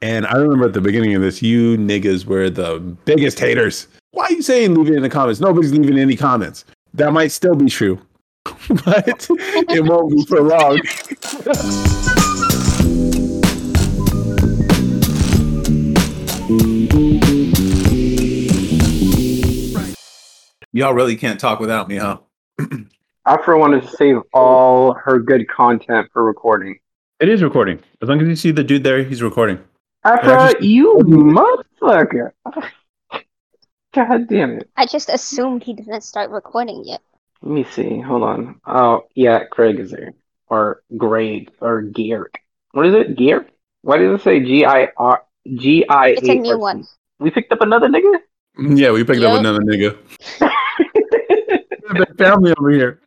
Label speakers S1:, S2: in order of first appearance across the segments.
S1: And I remember at the beginning of this, you niggas were the biggest haters. Why are you saying leave it in the comments? Nobody's leaving any comments. That might still be true, but it won't be for long. Y'all really can't talk without me, huh?
S2: Afro wanted to save all her good content for recording.
S1: It is recording. As long as you see the dude there, he's recording.
S2: Afro, you motherfucker! God damn it.
S3: I just assumed he didn't start recording yet.
S2: Let me see. Hold on. Oh, yeah, Craig is there. Or Greg. Or Geert. What is it? Geert? Why does it say G I R G I?
S3: It's a new one.
S2: We picked up another nigga?
S1: Yeah, we picked
S3: Yup.
S1: up another nigga. Big family over here.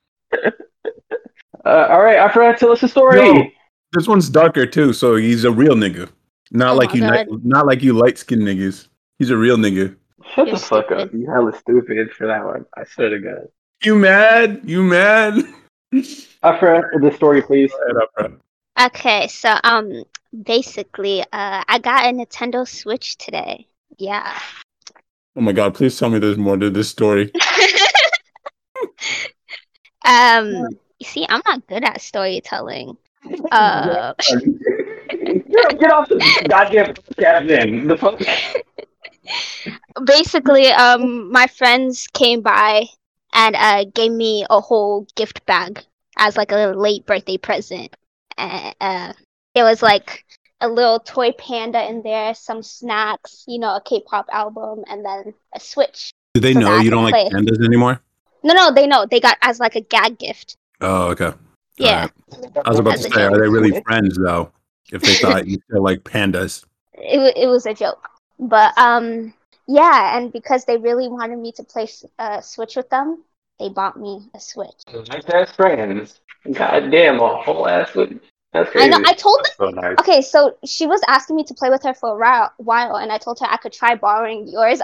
S2: Uh, all right, Afro, tell us a story.
S1: No. This one's darker too, so he's a real nigga. Not
S3: Oh
S1: like
S3: my
S1: you,
S3: God.
S1: ni- not like you light skinned niggas. He's a real nigga.
S2: Shut
S3: You're
S2: the fuck up.
S3: stupid.
S2: You hella stupid for that one. I swear to God.
S1: You mad? You mad?
S2: Afra, the story, please.
S3: Okay, so um basically uh I got a Nintendo Switch today. Yeah.
S1: Oh my god! Please tell me there's more to this story.
S3: um you see I'm not good at storytelling. Uh
S2: get, get off the goddamn cabin. The fuck?
S3: basically um my friends came by and uh gave me a whole gift bag as like a late birthday present and uh it was like a little toy panda in there some snacks you know a k-pop album and then a switch
S1: Do they
S3: So
S1: know
S3: that
S1: you
S3: I
S1: don't
S3: can
S1: like
S3: play.
S1: pandas anymore?
S3: no no they know they got as like a gag gift
S1: Oh, okay.
S3: yeah
S1: I was about to
S3: That's
S1: say,
S3: a
S1: are they really friends though? If they thought you still like pandas,
S3: it, wa- it was a joke but um yeah and because they really wanted me to play s- uh, switch with them they bought me a switch
S2: Nice ass friends. Goddamn, a whole ass with. That's
S3: i
S2: crazy.
S3: know i told
S2: so nice.
S3: Okay, so she was asking me to play with her for a ri- while, and I told her I could try borrowing yours.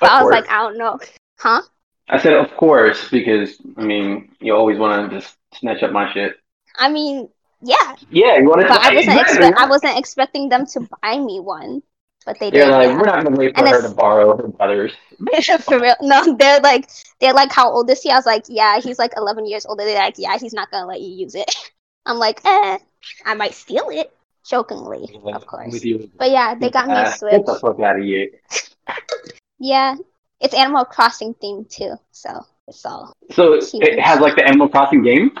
S3: but I was like, I don't know. Huh?
S2: I said, of course, because I mean, you always want to just snatch up my shit.
S3: I mean, yeah,
S2: Yeah, you want to.
S3: but I wasn't expe- I wasn't expecting them to buy me one, but they
S2: You're
S3: did.
S2: like,
S3: yeah.
S2: we're not gonna wait for
S3: And
S2: her
S3: it's-
S2: to borrow her brother's.
S3: for real? No, they're like, they're like, how old is he? I was like, yeah, he's like 11 years older. They're like, yeah, he's not gonna let you use it. I'm like, eh, I might steal it, jokingly, of course.
S2: With you.
S3: But yeah, they got me
S2: Ah,
S3: a Switch.
S2: Get the fuck out of here.
S3: Yeah, it's Animal Crossing themed too, so it's all.
S2: So
S3: Cute.
S2: it has like the Animal Crossing game.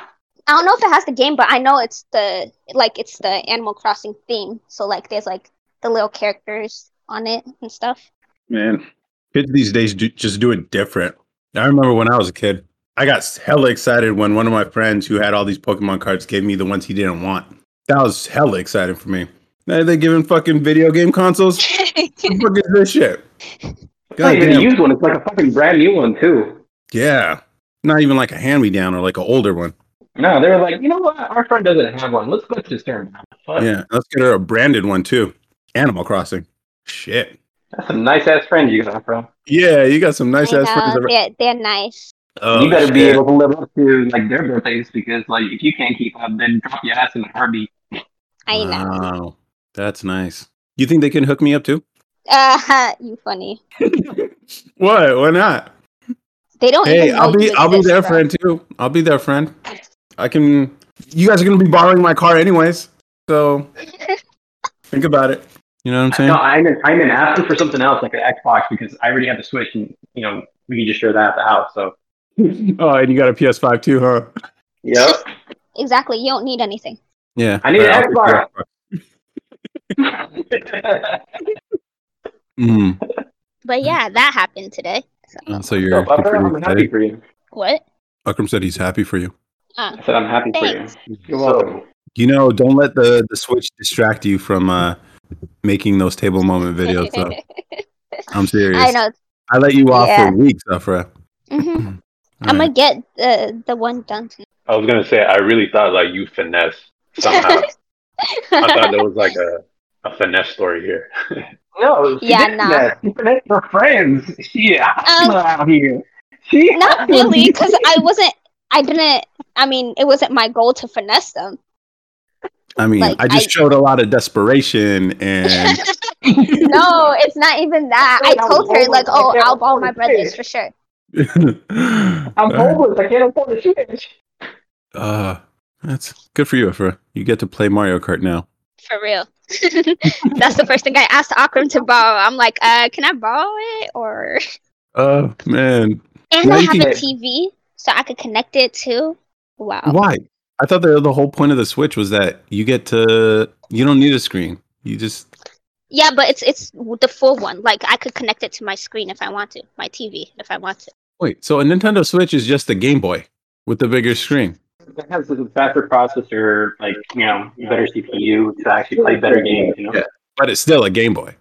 S3: I don't know if it has the game, but I know it's the like it's the Animal Crossing theme. So like there's like the little characters on it and stuff.
S1: man, kids these days do, just do it different. I remember when I was a kid, I got hella excited when one of my friends who had all these Pokemon cards gave me the ones he didn't want. That was hella exciting for me. Now they're giving fucking video game consoles. What the fuck is this shit?
S2: Not even a
S1: Goddamn.
S2: used one. It's like a fucking brand new one too.
S1: Yeah. Not even like a hand me down or like an older one.
S2: No, they were like, you know what? Our friend doesn't have one. Let's let's just turn. Fuck.
S1: Yeah. Let's get her a branded one too. Animal Crossing. Shit.
S2: That's some nice ass friends you got, bro.
S1: Yeah, you got some nice
S3: I
S1: ass friends.
S3: know,
S1: over-
S3: they're they're nice.
S1: Oh,
S2: you better be
S1: shit.
S2: able to live up to like their birthdays because like if you can't keep up, then drop your ass in the heartbeat.
S3: I know.
S1: Wow. That's nice. You think they can hook me up too?
S3: Uh, you funny.
S1: What? Why not?
S3: They don't.
S1: Hey,
S3: even know
S1: I'll be
S3: you
S1: I'll be
S3: exist,
S1: their
S3: bro.
S1: friend too. I'll be their friend. I can you guys are gonna be borrowing my car anyways. So think about it. You know what I'm
S2: No,
S1: saying?
S2: I'm in, I'm in asking for something else like an Xbox because I already have the Switch and you know we can just share that at the house. So
S1: Oh, and you got a PS5 too, huh?
S2: yep,
S3: Exactly. You don't need anything.
S1: Yeah.
S2: I need
S1: Alright,
S2: an
S1: I'll take
S2: Xbox.
S1: your Xbox. Mm.
S3: But yeah, that happened today.
S1: Uh, So you're
S2: so,
S1: you're
S2: Papa,
S1: pretty
S2: Oh, I'm happy
S1: excited.
S2: for you.
S3: What?
S1: Akram said he's happy for you.
S3: Uh,
S2: I said I'm happy
S3: Thanks.
S2: for you. You're welcome.
S1: You know, don't let the, the switch distract you from uh, making those table moment videos. though. I'm serious.
S3: I know.
S1: I let you off
S3: Yeah.
S1: for weeks, Afra.
S3: hmm
S1: All
S3: I'm
S1: right.
S3: gonna get the the one done.
S4: I was gonna say I really thought like you finesse somehow. I thought there was like a, a finesse story here.
S2: No, she
S3: Yeah,
S2: did
S3: nah. Oh.
S2: that. She finessed her friends. She hustling out here. She
S3: not
S2: hustling
S3: really
S2: people.
S3: because i wasn't i didn't i mean it wasn't my goal to finesse them
S1: I mean,
S3: Like,
S1: I just
S3: I-
S1: showed a lot of desperation and
S3: no, it's not even that. I
S5: Wait, I'm
S3: told her
S5: homeless.
S3: like,
S5: I
S3: oh,
S5: can't
S3: I'll ball my
S5: afford to pay
S3: brothers
S5: it.
S3: for sure.
S5: I'm homeless. I can't afford to shit.
S1: Uh, that's good for you, Ifra. You get to play Mario Kart now.
S3: For real. That's the first thing I asked Akram to borrow. I'm like, uh, can I borrow it or?
S1: Oh man,
S3: And I have a
S1: Nineteen-
S3: TV, so I could connect it too. Wow.
S1: why? I thought the the whole point of the Switch was that you get to you don't need a screen. You just
S3: Yeah, but it's it's the full one. Like I could connect it to my screen if I want to, my TV if I want to.
S1: wait. So a Nintendo Switch is just a Game Boy with the bigger screen.
S2: It has a faster processor, like you know, better CPU to actually play better games. You know,
S1: Yeah. but it's still a Game Boy.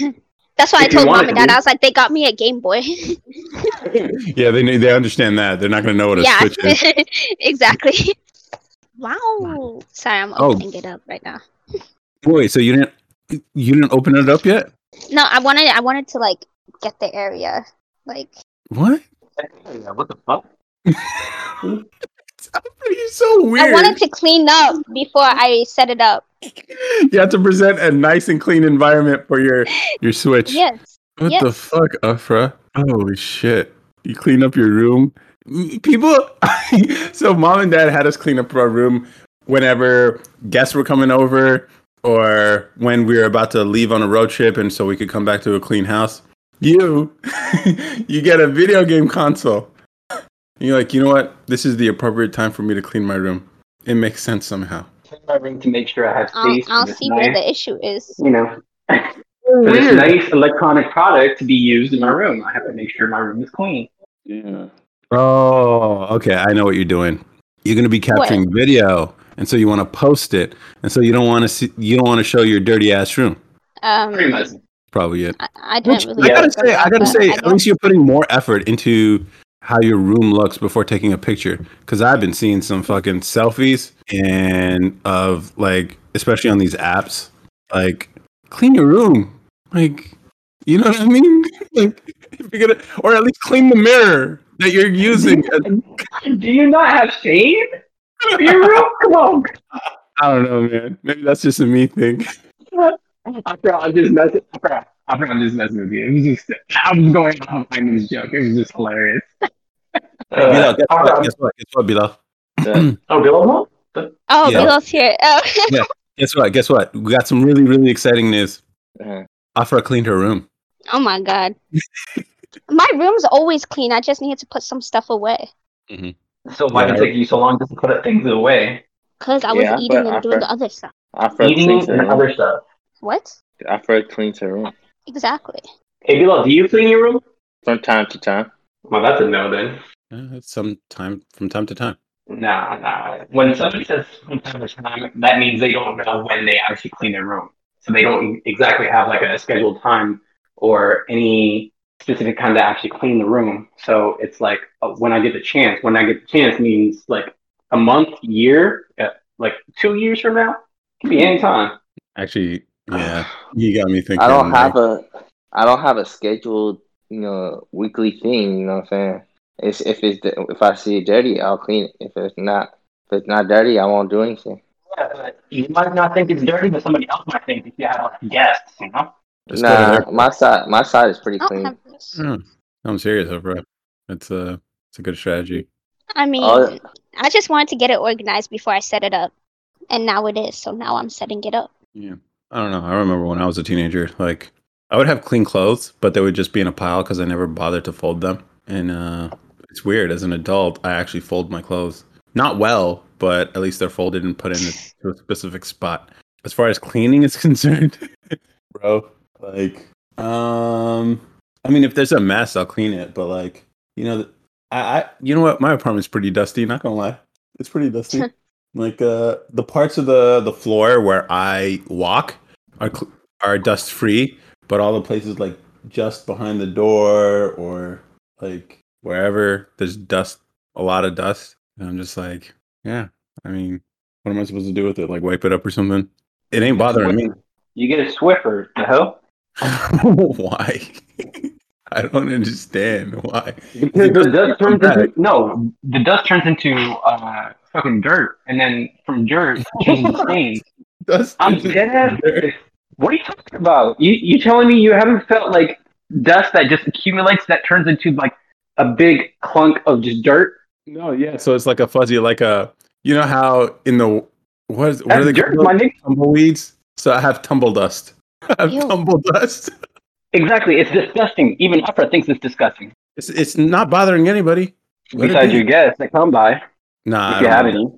S3: That's why I
S2: If you
S3: told mom
S2: wanted
S3: and
S2: to
S3: dad.
S2: be-
S3: I was like, they got me a Game Boy.
S1: Yeah, they knew- they understand that. They're not going to know what a
S3: yeah,
S1: Switch is.
S3: exactly. Wow. Sorry, I'm
S1: Oh.
S3: opening it up right now.
S1: Wait, so you didn't you didn't open it up yet?
S3: No, I wanted I wanted to like get the area. Like
S1: What?
S2: Yeah, what the fuck?
S1: You're so weird.
S3: I wanted to clean up before I set it up.
S1: You have to present a nice and clean environment for your your Switch.
S3: Yes.
S1: What
S3: Yes.
S1: the fuck, Afra? Holy shit. You clean up your room. M- People so mom and dad had us clean up our room whenever guests were coming over or when we were about to leave on a road trip and so we could come back to a clean house. You you get a video game console. And you're like, you know what? This is the appropriate time for me to clean my room. It makes sense somehow.
S2: my ring to make sure I have
S3: I'll,
S2: space.
S3: I'll
S2: for this
S3: see where
S2: nice,
S3: the issue is.
S2: you know, for this nice electronic product to be used in my room. I have to make sure my room is clean. Yeah.
S1: Oh, okay. I know what you're doing. You're going to be capturing video, and so you want to post it, and so you don't want to see, you don't want to show your dirty ass room.
S3: Um,
S2: Pretty much.
S1: Probably it.
S3: I, I
S1: Which,
S3: didn't really.
S1: I gotta
S3: think
S1: say, I
S3: about
S1: gotta
S3: that.
S1: say,
S3: I
S1: at
S3: don't-
S1: least you're putting more effort into how your room looks before taking a picture. Because I've been seeing some fucking selfies and of like, especially on these apps, like clean your room, like you know what I mean, like if you're gonna, or at least clean the mirror that you're using.
S2: Do you not have shame for your room? Come on.
S1: I don't know, man. Maybe that's just a me thing.
S2: I feel I'm just messing. I feel- I feel I'm just messing with you. It was just, I was going off on this joke. It was just hilarious.
S1: Bilal, guess,
S2: Uh,
S1: what, guess what? Guess what, Bilal?
S2: oh, Bill?
S3: Oh,
S1: Yeah.
S3: Willow's here. Oh.
S1: Guess what? Guess what? We got some really, really exciting news.
S6: Uh,
S1: Afra cleaned her room.
S3: oh my god. My room's always clean. I just needed to put some stuff away
S2: So why did it take you so long just to put things away?
S3: because I was
S6: Yeah,
S3: eating and
S6: but
S3: doing
S6: after-
S3: the other stuff.
S6: Afro
S2: Eating
S6: cleans her
S2: and
S6: room.
S2: other stuff.
S3: What?
S6: Afro cleans her room
S3: Exactly.
S2: Hey, Bill, do you clean your room?
S6: from time to time.
S2: Well, that's a no then.
S1: Uh, some time from time to time.
S2: Nah, nah. When somebody says from time to time, that means they don't know when they actually clean their room. So they don't e-, exactly have like a scheduled time or any specific time to actually clean the room. So it's like uh, when I get the chance. When I get the chance means like a month, year, uh, like two years from now. Could be any time.
S1: Actually, yeah, you got me thinking.
S6: I don't
S1: like,
S6: have a I don't have a scheduled you know weekly thing. You know what I'm saying? It's if it's if I see it dirty, I'll clean it. If it's not if it's not dirty, I won't do anything.
S2: Yeah, but you might not think it's dirty, but somebody else might think if you have like guests, you know?
S1: Just go to
S6: nah,
S1: their-
S6: my side my side is
S3: I
S6: pretty
S3: don't
S6: clean.
S3: have this.
S1: Hmm. I'm serious, Afra. That's a it's a good strategy.
S3: I mean,
S6: Oh,
S3: I just wanted to get it organized before I set it up, and now it is. So now I'm setting it up.
S1: I don't know. I remember when I was a teenager, like I would have clean clothes, but they would just be in a pile because I never bothered to fold them. And uh, it's weird. As an adult, I actually fold my clothes. Not well, but at least they're folded and put in a, to a specific spot. As far as cleaning is concerned, bro, like, um, I mean, if there's a mess, I'll clean it. But like, you know, I, I you know what? My apartment's pretty dusty. Not gonna lie, it's pretty dusty. like, uh, the parts of the the floor where I walk are cl- are dust free, but all the places like just behind the door or like wherever there's dust, a lot of dust. And I'm just like, yeah. I mean, what am I supposed to do with it? Like wipe it up or something? It ain't bothering me.
S2: You get a Swiffer, the hell?
S1: why? I don't understand why.
S2: Because the dust
S1: come
S2: turns into no, the dust turns into uh, fucking dirt, and then from dirt it changes to stains,
S1: Dustin
S2: I'm
S1: is
S2: dead.
S1: there.
S2: What are you talking about? You you telling me you haven't felt like dust that just accumulates that turns into like a big clunk of just dirt?
S1: No, yeah. So it's like a fuzzy, like a you know how in the what is what
S2: That's
S1: are they
S2: dirt,
S1: called?
S2: my nigga.
S1: tumbleweeds? So I have tumble dust. I have
S3: Ew.
S1: tumble dust.
S2: Exactly. It's disgusting. Even Afra thinks it's disgusting.
S1: It's it's not bothering anybody. What did
S2: Besides
S1: they-
S2: your guests that come by, if
S1: Nah, I
S2: you
S1: don't
S2: have
S1: bring-
S2: any.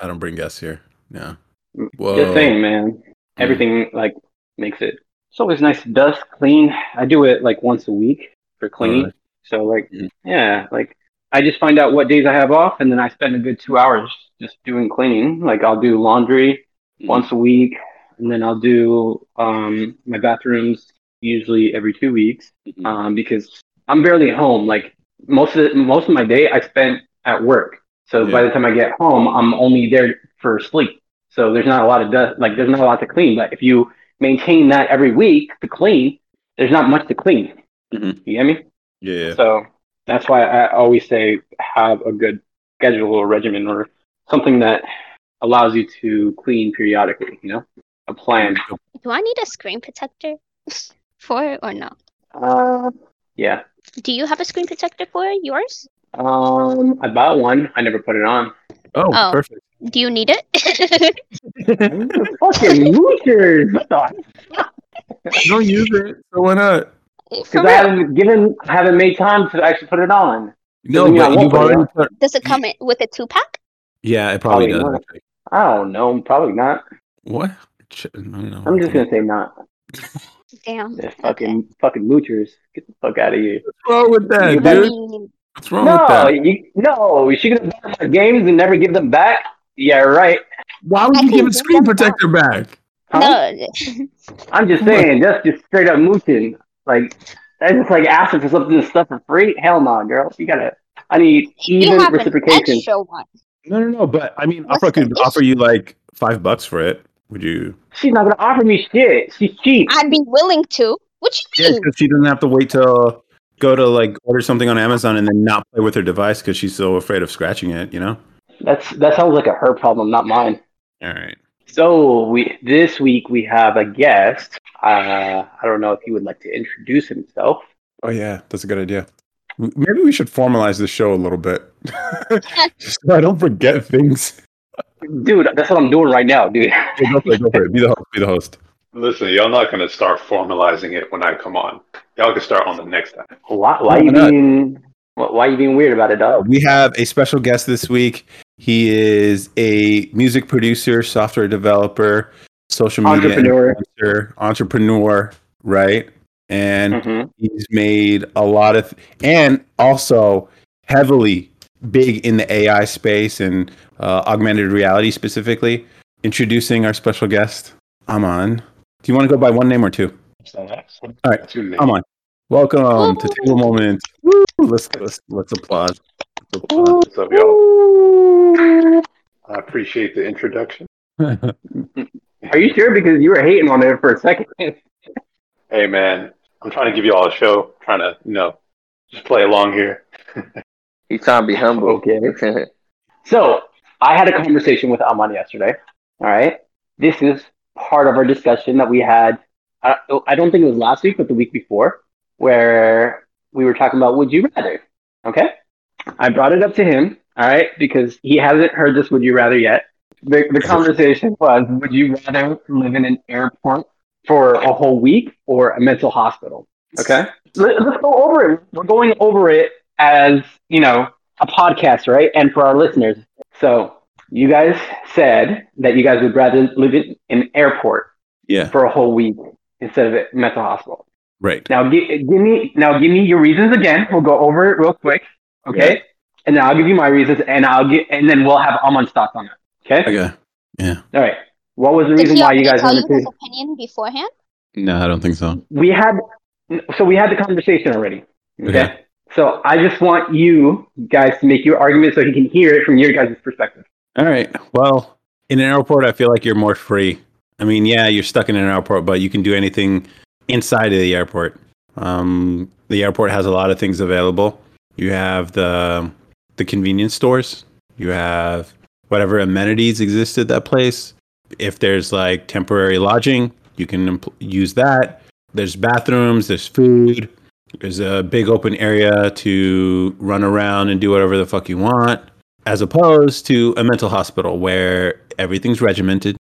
S1: I don't bring guests here. Yeah.
S2: Mm,
S1: Whoa.
S2: Just saying, man. Everything like makes it. It's always nice to dust clean. I do it like once a week for cleaning.
S1: Alright.
S2: So like,
S1: Mhm.
S2: yeah, like I just find out what days I have off, and then I spend a good two hours just doing cleaning. Like I'll do laundry
S1: Mhm.
S2: once a week, and then I'll do um, my bathrooms usually every two weeks
S1: Mhm.
S2: um, because I'm barely at home. Like most of the, most of my day I spent at work. So by the time I get home, I'm only there for sleep. So there's not a lot of dust. Like there's not a lot to clean. But if you maintain that every week to clean, there's not much to clean.
S1: Mhm.
S2: You get me?
S1: Yeah.
S2: So that's why I always say have a good schedule or regimen or something that allows you to clean periodically. You know, a plan.
S3: Do I need a screen protector for it or no?
S2: Uh, yeah.
S3: Do you have a screen protector for yours?
S2: Um, I bought one. I never put it on.
S1: Oh,
S3: Oh.
S1: perfect.
S3: Do you need it?
S2: fucking losers. What the?
S1: Don't use it. So why not?
S3: for
S2: Because I
S3: real,
S2: haven't given, I haven't made time to actually put it on.
S1: No,
S2: Doesn't mean I
S1: but
S2: won't
S1: you've
S2: put it
S1: already
S2: on.
S1: put-
S3: does it come in with a two pack?
S1: Yeah, it probably,
S2: Probably
S1: does.
S2: not. I don't know. Probably not.
S1: What? Ch- I don't know.
S2: I'm just gonna say not.
S3: Damn.
S2: They're fucking fucking moochers. Get the fuck out of here.
S1: What's wrong with that,
S2: You
S3: I
S1: dude?
S3: mean,
S1: What's wrong with
S2: No,
S1: that?
S2: you, no. You should buy my games and never give them back. Yeah, right.
S1: Why would
S3: I
S1: you give
S3: can
S1: a
S3: give
S1: screen
S3: them
S1: protector back?
S2: Huh?
S3: no,
S2: I'm just saying, that's just straight up mooching. Like that's just like asking for something to stuff for free. Hell no, girl. You gotta. I need
S3: you
S2: even
S3: have an
S2: reciprocation.
S3: extra one.
S1: No, no, no. But I mean,
S3: What's
S1: Opera could
S3: the
S1: offer you like five bucks for it. Would you?
S2: She's not gonna offer me shit. She's cheap.
S3: I'd be willing to. What you
S1: Yeah,
S3: mean?
S1: because she doesn't have to wait till go to like order something on Amazon and then not play with her device because she's so afraid of scratching it. You know.
S2: That's that sounds like a her problem, not mine.
S1: All right.
S2: So we this week we have a guest. Uh, I don't know if he would like to introduce himself.
S1: Oh yeah, that's a good idea. W- Maybe we should formalize the show a little bit, just so I don't forget things.
S2: Dude, that's what I'm doing right now, dude.
S1: Okay, go for it, go for it. Be the host. Be the host.
S7: Listen, y'all not gonna start formalizing it when I come on. Y'all can start on the next time.
S2: Why, why you
S1: Why not?
S2: being why, why you being weird about it, dog?
S1: We have a special guest this week. He is a music producer, software developer, social media
S2: Entrepreneur.
S1: influencer, entrepreneur, right? And
S2: Mhm.
S1: he's made a lot of, and also heavily big in the AI space and uh, augmented reality specifically. Introducing our special guest, Aman. Do you want to go by one name or two? All right, Aman. Welcome to Table Moment. Woo! Let's let's let's applaud. Let's applaud.
S7: What's up, y'all? I appreciate the introduction.
S2: Are you sure? Because you were hating on it for a second.
S7: Hey, man, I'm trying to give you all a show. Trying to, you know, just play along here.
S6: He's trying to be humble.
S2: Okay. So I had a conversation with Aman yesterday. All right, this is part of our discussion that we had. I, I don't think it was last week, but the week before, where we were talking about would you rather. Okay, I brought it up to him. All right, because he hasn't heard this would you rather yet. The, the conversation was would you rather live in an airport for a whole week or a mental hospital? Okay, Let, let's go over it. We're going over it as you know a podcast, right? And for our listeners. So you guys said that you guys would rather live in an airport
S1: yeah,
S2: for a whole week instead of a mental hospital.
S1: right.
S2: Now give, give me now give me your reasons again. We'll go over it real quick, okay? And then I'll give you my reasons, and I'll get and then we'll have Amon's thoughts on it. Okay.
S1: Okay.
S2: All right. What was the
S3: Did
S2: reason
S3: he
S2: why you
S3: already
S2: guys
S3: tell
S2: wanted
S3: you his
S2: to?
S3: opinion beforehand?
S1: No, I don't think so.
S2: We had so we had the conversation already. Okay.
S1: Okay.
S2: So I just want you guys to make your argument so he can hear it from your guys' perspective.
S1: All right. Well, in an airport, I feel like you're more free. I mean, yeah, you're stuck in an airport, but you can do anything inside of the airport. Um, the airport has a lot of things available. You have the the convenience stores. You have whatever amenities exist at that place. If there's like temporary lodging, you can empl- use that. There's bathrooms, there's food, there's a big open area to run around and do whatever the fuck you want, as opposed to a mental hospital where everything's regimented.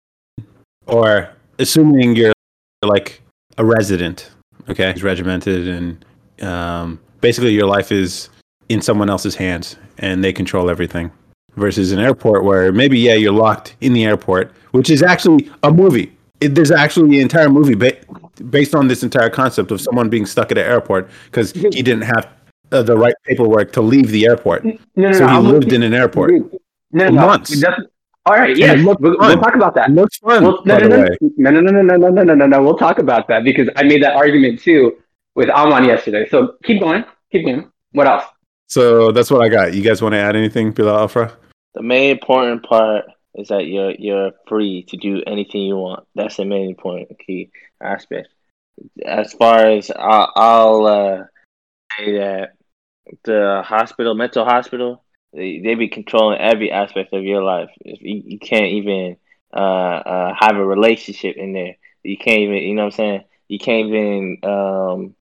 S1: Or assuming you're like a resident, okay, it's regimented and um, basically your life is in someone else's hands and they control everything versus an airport where maybe yeah you're locked in the airport which is actually a movie it, there's actually an entire movie ba- based on this entire concept of someone being stuck at an airport because he didn't have uh, the right paperwork to leave the airport
S2: No, no,
S1: so he
S2: I'm
S1: lived in
S2: looking-
S1: an airport
S2: Dude, No, no, no.
S1: Months.
S2: That's- all right,
S1: Yeah,
S2: yeah.
S1: look,
S2: we'll,
S1: fun.
S2: we'll talk about that.
S1: looks fun
S2: Well, no,
S1: by
S2: no,
S1: the
S2: no,
S1: way
S2: no, no, no, no, no, no, no, no, no. We'll talk about that because I made that argument too with Amon yesterday. So keep going, keep going. What else?
S1: so that's what i got you guys want to add anything bilal afra
S6: The main important part is that you're you're free to do anything you want. That's the main important key aspect. As far as I'll, I'll uh, say that the hospital, mental hospital, they, they be controlling every aspect of your life. If you, you can't even uh, uh, have a relationship in there. You can't even, you know what I'm saying? You can't even um,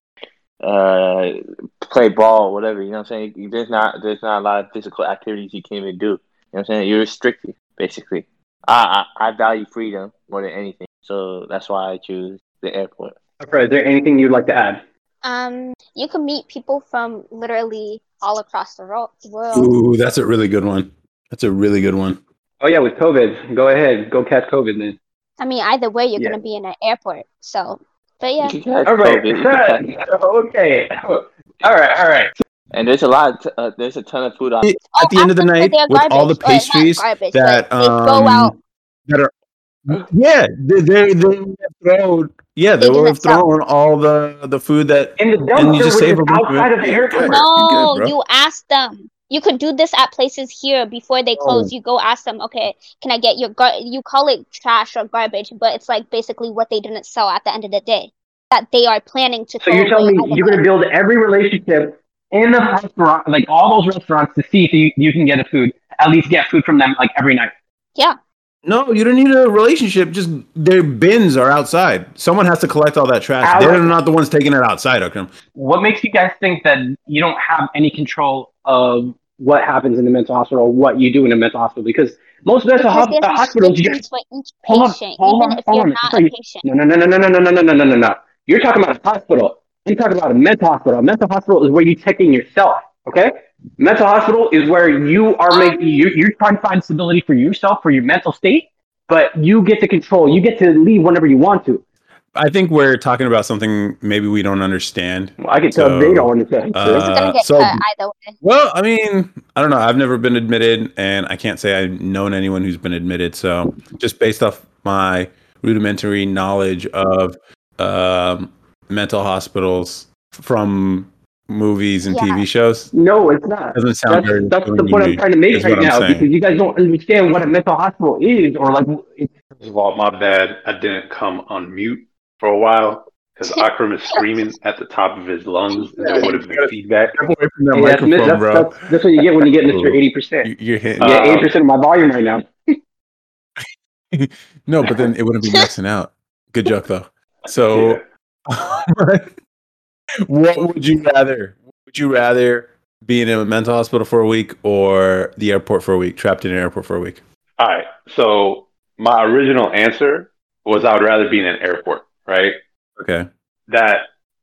S6: uh, play ball, whatever. You know what I'm saying? You- There's not there's not a lot of physical activities you can even do. You know what I'm saying? You're restricted, basically. I I, I value freedom more than anything, so that's why I choose the airport.
S2: Afra, is there anything you'd like to add?
S3: Um, you can meet people from literally all across the ro- world.
S1: ooh that's a really good one that's a really good one
S2: Oh yeah, with COVID, go ahead, go catch COVID then.
S3: I mean, either way, you're
S2: Yeah.
S3: gonna be in an airport. So, but yeah,
S6: You can catch
S2: All right,
S6: COVID, you can catch-
S2: okay. All right, all right.
S6: and there's a lot. Uh, there's a ton of food options.
S3: Oh,
S1: at the end of the
S3: Africa,
S1: night
S3: they're
S1: with all the
S3: garbage. Well, not
S1: pastries
S3: garbage, but
S1: that
S3: they go
S1: um,
S3: out.
S1: that are yeah they they, they would have thrown yeah they
S3: They do
S1: would have
S3: that stuff.
S1: thrown all the the food that
S2: And the
S1: and
S2: dumpster
S1: you just
S2: which
S1: save
S2: is
S1: a bunch of
S2: outside
S1: it.
S2: of the
S1: Yeah,
S2: airport.
S1: good.
S3: No,
S1: bro.
S3: you ask them. You can do this at places here before they
S1: Oh.
S3: close. You go ask them, okay, can I get your gar? You call it trash or garbage, but it's like basically what they didn't sell at the end of the day that they are planning to.
S2: So
S3: throw
S2: you're telling
S3: away
S2: me you're
S3: either
S2: going to
S3: way.
S2: build every relationship in the restaurant, like all those restaurants, to see if you, you can get a food, at least get food from them like every night.
S1: no you don't need a relationship just their bins are outside someone has to collect all that trash
S2: Alex-
S1: they're not the ones taking it outside okay
S2: What makes you guys think that you don't have any control of what happens in the mental hospital or what you do in a mental hospital? Because most mental
S3: Because
S2: hos-
S3: there's
S2: uh, hospitals, you
S3: restrictions
S2: just
S3: for each
S2: Hold on,
S3: patient,
S2: hold
S3: even
S2: on,
S3: if
S2: hold
S3: you're
S2: on.
S3: not
S2: So
S3: a
S2: you-
S3: patient.
S2: no, no, no, no, no, no, no, no, no, no, no, no, no. You're talking about a hospital. You're talking about a mental hospital. A mental hospital is where you check in yourself. Okay, mental hospital is where you are making you you're trying to find stability for yourself for your mental state, but you get to control. You get to leave whenever you want to.
S1: i think we're talking about something maybe we don't understand
S2: Well, I can tell
S1: So,
S2: they don't understand.
S3: This is
S1: Uh,
S3: gonna get
S1: so-
S3: cut either way.
S1: well i mean i don't know i've never been admitted and i can't say i've known anyone who's been admitted so just based off my rudimentary knowledge of um, mental hospitals from movies and
S3: Yeah.
S1: tv shows
S2: no, it's not.
S1: doesn't sound
S2: That's,
S1: very
S2: that's the
S1: appealing to
S2: point I'm
S1: me,
S2: trying to make
S1: is
S2: right
S1: what I'm
S2: now
S1: saying.
S2: because you guys don't understand what a mental hospital is or like it's
S7: First of all, my bad. I didn't come on mute for a while because Akram is screaming at the top of his lungs, and there would have been feedback.
S1: Step away from that
S2: Hey, that's,
S1: microphone,
S2: that's,
S1: bro.
S2: That's, that's what you get when you get Mr.
S1: Cool.
S2: Eighty percent.
S1: You- You're hitting.
S7: Uh,
S2: Yeah, eighty percent of my volume right now.
S1: no, but then it wouldn't be maxing out. Good joke though. So, what would you rather? Would you rather be in a mental hospital for a week or the airport for a week, trapped in an airport for a week?
S7: All right. So my original answer was I would rather be in an airport, right?
S1: Okay.
S7: That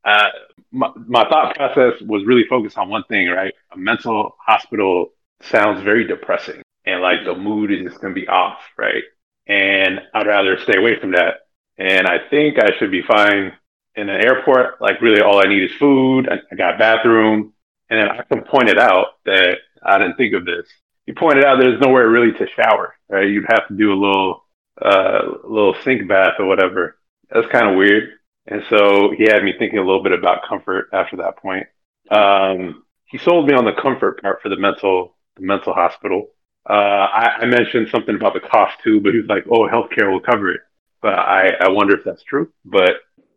S7: uh, my, my thought process was really focused on one thing, right? A mental hospital sounds very depressing, and like the mood is just going to be off, right? And I'd rather stay away from that. And I think I should be fine in an airport. Like really, all I need is food. I, I got bathroom, and then I can point it out that I didn't think of this. You pointed out there's nowhere really to shower, right? You'd have to do a little, uh, little sink bath or whatever. That's kind of weird. And so he had me thinking a little bit about comfort after that point. Um, he sold me on the comfort part for the mental, the mental hospital. Uh, I, I mentioned something about the cost too, but he was like, "Oh, healthcare will cover it." But I, I wonder if that's true. But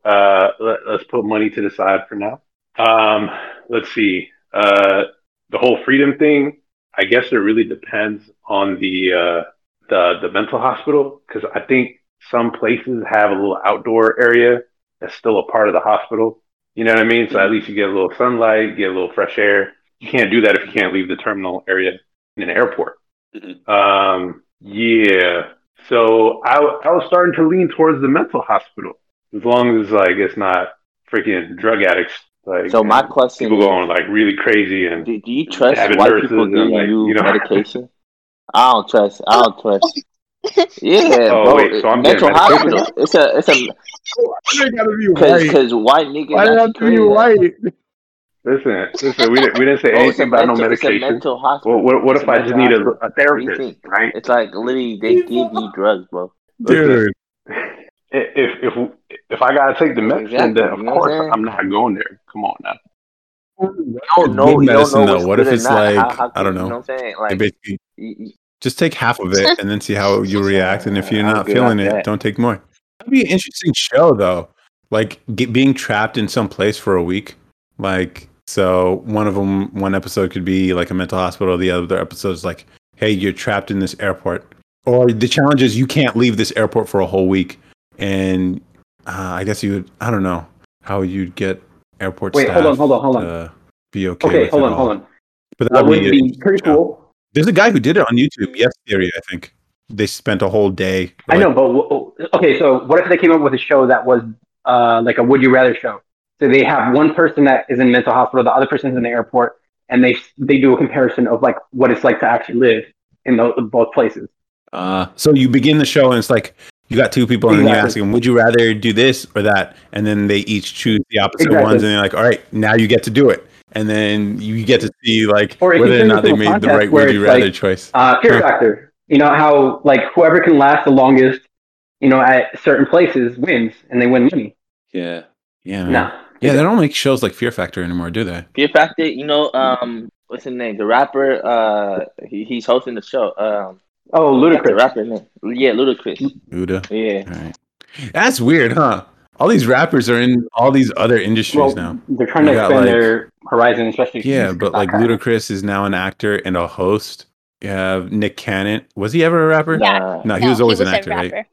S7: uh, let, let's put money to the side for now. Um, let's see. Uh, the whole freedom thing. I guess it really depends on the uh, the the mental hospital because I think Some places have a little outdoor area that's still a part of the hospital. You know what I mean? So at least you get a little sunlight, get a little fresh air. You can't do that if you can't leave the terminal area in an airport.
S8: Mhm.
S7: Um, yeah. So I, I was starting to lean towards the mental hospital as long as like it's not freaking drug addicts. Like
S6: So my question
S7: people
S6: is,
S7: going like really crazy and
S6: do, do you trust
S7: Avid
S6: white
S7: nurses
S6: people
S7: and,
S6: giving
S7: like,
S6: you,
S7: you know-
S6: medication? I don't trust. I don't trust. Yeah,
S7: Oh,
S6: bro.
S7: wait, so I'm getting
S6: mental
S7: medication?
S6: hospital. It's a it's a
S1: I gotta be
S6: because
S1: white.
S6: because white niggas.
S1: Why did I have
S6: actually
S1: to be
S6: crazy.
S1: white?
S7: listen, listen. We didn't, we didn't say
S6: Bro, Oh, it's a
S7: anything about no
S6: mental- it's a
S7: medication.
S6: mental hospital.
S7: Well, what, what
S6: It's
S7: if
S6: a
S7: I
S6: mental
S7: just need a,
S6: hospital.
S7: a
S6: What do you
S7: therapist,
S6: think?
S7: right?
S6: It's like literally they give you drugs, bro.
S1: Dude,
S7: If if if I gotta take the medicine,
S6: Exactly,
S7: then of
S6: you know what
S7: course
S6: I'm saying?
S7: I'm not going there. Come on now.
S6: You don't
S1: It's
S6: know.
S1: good
S6: you
S1: medicine,
S6: don't know
S1: though.
S6: what's
S1: What
S6: good
S1: if
S6: or
S1: it's
S6: not.
S1: like,
S6: How- how
S1: I don't
S6: good-
S1: know.
S6: You know what I'm saying?
S1: I
S6: Like,
S1: basically-
S6: you- you-
S1: just take half of it and then see how you react. And if you're
S6: I'm
S1: not
S6: good
S1: feeling
S6: at
S1: it,
S6: that.
S1: don't take more. That'd be an interesting show, though. Like get, being trapped in some place for a week. Like so, one of them, one episode could be like a mental hospital. The other episode is like, hey, you're trapped in this airport. Or the challenge is you can't leave this airport for a whole week. And uh, I guess you would. I don't know how you'd get airport
S2: Wait,
S1: staff
S2: hold on, hold on, hold on.
S1: to be okay.
S2: Okay,
S1: with
S2: hold
S1: it
S2: on,
S1: all.
S2: hold on.
S1: But
S2: That
S1: that'd
S2: would
S1: be
S2: be pretty
S1: yeah.
S2: cool.
S1: There's a guy who did it on YouTube. Yes, theory. I think they spent a whole day.
S2: I
S1: like,
S2: know, but w- okay. So what if they came up with a show that was uh, like a would you rather show? So they have one person that is in mental hospital, the other person's in the airport, and they they do a comparison of like what it's like to actually live in those, both places.
S1: Uh, so you begin the show and it's like you got two people and then you
S2: Exactly.
S1: ask them, "Would you rather do this or that?" And then they each choose the opposite
S2: Exactly.
S1: ones, and they're like, "All right, now you get to do it." And then you get to see like
S2: Or it can
S1: whether or
S2: turn
S1: not they
S2: into a
S1: made the
S2: contest
S1: right
S2: where
S1: "Would you
S2: it's like-
S1: rather" choice.
S2: Uh, fear
S1: Huh.
S2: factor. You know how like whoever can last the longest, you know, at certain places wins, and they win money.
S8: Yeah.
S1: Yeah, man.
S2: No,
S1: yeah. They don't make shows like Fear Factor anymore, do they?
S6: Fear Factor, you know, um, what's his name? The rapper, uh, he, he's hosting the show. Um,
S2: oh,
S6: what's the
S2: ludicrous.
S6: rapper name? Yeah, Ludacris.
S1: Uda.
S6: Yeah,
S1: All right. That's weird, huh? All these rappers are in all these other industries
S2: Well,
S1: now.
S2: they're trying to
S1: You got,
S2: expand
S1: like-
S2: their horizon, especially.
S1: Yeah, but like Ludacris is now an actor and a host. Yeah, Nick Cannon was he ever a rapper?
S3: Yeah.
S6: nah,
S1: No, he
S3: No,
S1: was always an
S3: a
S1: actor, right?
S3: rapper.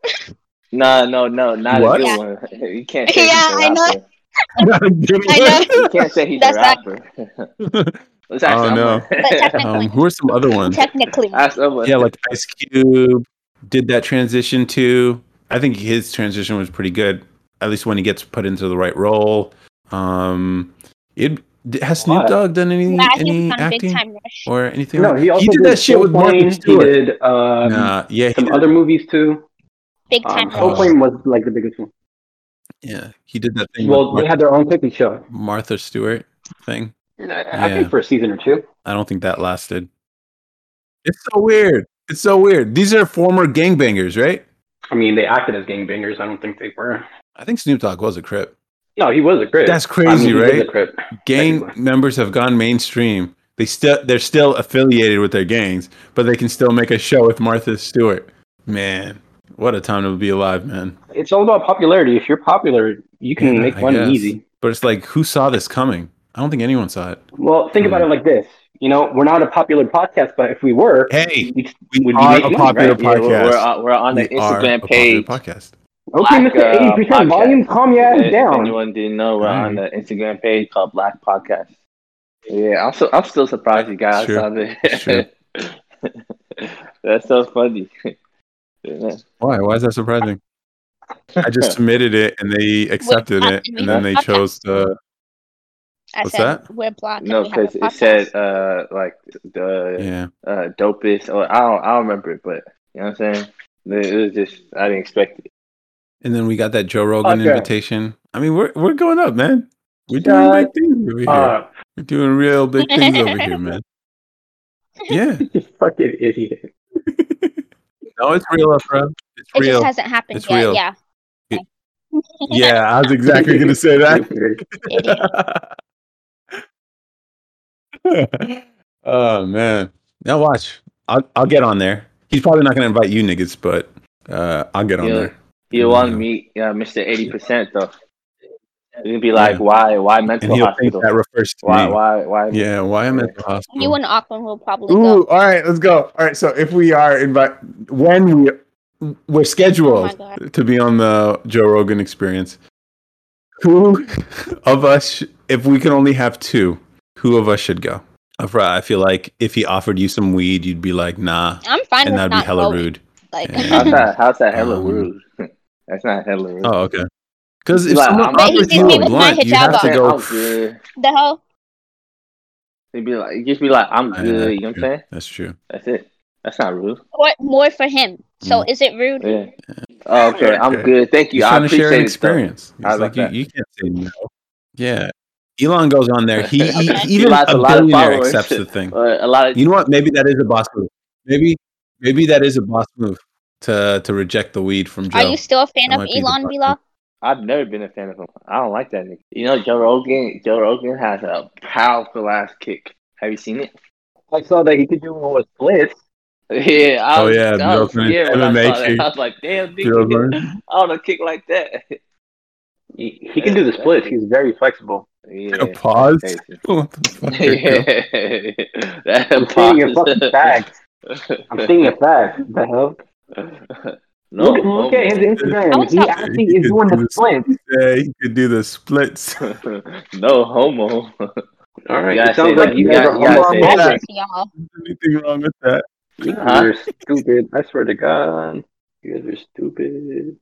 S6: nah, no, no, not
S1: What?
S6: a good one. you can't say
S3: Yeah,
S6: he's a
S3: I know.
S6: rapper.
S3: I know.
S6: You can't say he's
S3: That's
S6: a
S3: not-
S6: rapper. Let's ask
S1: Oh,
S6: someone.
S3: But technically-
S1: um, who are some other ones?
S3: Technically,
S6: ask someone.
S1: Yeah, like Ice Cube did that transition too. I think his transition was pretty good, at least when he gets put into the right role. Um, it has Snoop
S2: What?
S1: Dogg done any
S3: yeah,
S1: any
S3: he's on big
S1: acting
S3: time rush.
S1: or anything?
S2: No,
S1: like-
S2: he also
S1: did that shit with Martha
S2: Plane. He
S1: Stewart.
S2: did um,
S1: nah, yeah, he
S2: some
S1: did-
S2: other movies too.
S3: Big
S2: Um,
S3: time
S1: Oh.
S6: Uh,
S2: Soul
S3: rush.
S2: Plane was like the biggest one.
S1: yeah, he did that thing.
S2: Well,
S1: with
S2: they
S1: Mar-
S2: had their own cooking show.
S1: Martha Stewart thing.
S2: I, I think for a season or two.
S1: I don't think that lasted. It's so weird. It's so weird. These are former gangbangers, right?
S2: I mean, they acted as gangbangers. I don't think they were.
S1: I think Snoop Dogg was a crip.
S2: No, he was a crip.
S1: That's
S2: I mean,
S1: crazy,
S2: he was
S1: right?
S2: a crip.
S1: Gang
S2: Technically.
S1: members have gone mainstream. They still they're still affiliated with their gangs, but they can still make a show with Martha Stewart. Man, what a time to be alive, man.
S2: It's all about popularity. If you're popular, you can
S1: Yeah,
S2: make
S1: I
S2: money
S1: guess.
S2: easy.
S1: But it's like who saw this coming? I don't think anyone saw it.
S2: Well, think about it like this. You know, we're not a popular podcast, but if we were,
S1: Hey,
S2: we'd,
S1: we
S2: would
S1: are
S2: make
S1: a
S2: money,
S1: popular
S2: right?
S6: Yeah, we're,
S1: podcast.
S6: we're on, we're on the
S1: We are a
S6: Instagram
S1: popular
S6: page.
S1: podcast.
S2: okay,
S6: Black,
S2: Mister
S6: uh,
S2: Eighty Percent
S6: podcast.
S2: Volume, calm your ass
S6: If
S2: down.
S6: anyone didn't know, we're on the
S1: Alright.
S6: Instagram page called Black Podcast. Yeah, I'm so I'm still surprised you guys
S1: Sure.
S6: saw that.
S1: Sure.
S6: That's so funny. Yeah.
S1: Why? Why is that surprising? I just submitted it and they accepted
S3: not
S1: it
S3: doing
S1: and then they
S3: podcasts.
S1: chose the
S3: I
S1: What's
S3: said
S1: that?
S3: we're blocked.
S6: no,
S3: and we have
S6: because
S3: a podcast.
S6: it said uh like the
S1: yeah.
S6: uh dopest or I don't I don't remember it, but you know what I'm saying. It was just I didn't expect it.
S1: And then we got that Joe Rogan
S2: Okay.
S1: invitation. I mean, we're we're going up, man. We're doing
S2: Shut
S1: big things over here.
S2: Uh,
S1: we're doing real big things over here, man. Yeah.
S2: fucking idiot.
S1: No, it's real, bro. It's
S3: it
S1: real.
S3: just hasn't happened
S1: It's
S3: yet.
S1: real.
S3: Yeah,
S1: yeah, I was exactly gonna say that.
S3: idiot.
S1: oh man. Now watch. I'll I'll get on there. He's probably not gonna invite you niggas, but uh, I'll get on
S6: Yeah.
S1: there.
S6: You
S1: Yeah.
S6: want to meet uh, Mr. Eighty Percent though. You can be like,
S1: Yeah.
S6: why why
S1: And
S6: mental
S1: he'll think
S6: hospital?
S1: that refers to
S6: Why
S1: me.
S6: why why?
S1: Yeah, why am I at the hospital?
S3: you and Auckland will probably go.
S1: Ooh, all right, let's go. All right, so if we are invite when we we're scheduled
S3: Oh my God.
S1: to be on the Joe Rogan experience. Who of us, sh- if we can only have two, who of us should go? Afra, I feel like if he offered you some weed, you'd be like, nah,
S3: I'm fine
S1: and
S3: with
S1: that'd be
S3: not
S1: hella
S3: going.
S1: rude.
S3: Like,
S1: Yeah.
S6: How's that? How's that hella
S1: Um,
S6: rude? That's not hella rude.
S1: Oh, okay. Because if
S6: Like,
S1: someone
S6: I'm- But he
S1: offers
S6: did
S1: you
S6: me
S1: a
S6: with my
S1: blunt, you have to
S3: hijab
S1: go.
S6: I'm good.
S3: the hell?
S6: They'd be like, just be like, I'm
S1: Yeah,
S6: good. You know what
S1: true.
S6: I'm saying?
S1: That's true.
S6: That's it. That's not rude.
S3: What more for him? So
S1: Mm.
S3: is it rude?
S6: Yeah. Oh, okay, I'm
S1: Okay.
S6: good. Thank you.
S1: He's
S6: I
S1: trying to
S6: appreciate
S1: share an
S6: it, though.
S1: experience.
S6: How
S1: He's
S6: about
S1: like, you,
S6: that?
S1: you can't say no. Yeah. Elon goes on there. He, he-
S3: Okay.
S1: he
S6: He
S1: even
S6: lost
S1: a
S6: a lot of
S1: billionaire
S6: followers.
S1: accepts the thing.
S6: Uh, a lot of
S1: You know what? Maybe that is a boss move. Maybe maybe that is a boss move to to reject the weed from Joe.
S3: Are you still a fan
S1: That
S3: of
S1: might be the
S3: Elon
S1: button.
S3: Bila?
S6: I've never been a fan of him. I don't like that nigga. You know Joe Rogan. Joe Rogan has a powerful ass kick. Have you seen it?
S2: I saw that he could do one with splits.
S6: Yeah. I
S1: Oh,
S6: was,
S1: yeah,
S6: I was
S1: Joe Rogan,
S6: scared when I
S1: MMA
S6: saw that.
S1: kick.
S6: I was like, damn,
S1: Joe
S6: nigga,
S1: Rogan?
S6: I want a kick like that.
S2: He, he can do the splits. He's very flexible.
S6: yeah.
S1: Pause.
S6: Crazy.
S1: What the fuck, Joe?
S6: Yeah. That
S2: I'm seeing your fucking facts. I'm seeing your facts. The hell?
S6: no,
S2: look, look at his
S3: I
S2: Instagram.
S3: was
S2: He
S3: not-
S2: actually is doing the splits.
S1: Yeah, he eh? could do the splits.
S6: homo. no homo.
S2: All
S6: You
S2: right.
S6: gotta
S2: It sounds
S6: say
S2: like
S6: that.
S2: you
S6: You
S2: guys
S6: gotta-
S2: are
S6: you gotta
S2: all
S6: say
S1: that.
S2: on
S1: Yeah.
S3: That's y'all.
S1: Anything wrong with that?
S2: You guys
S6: Huh?
S2: are stupid. I swear to God. You guys are stupid.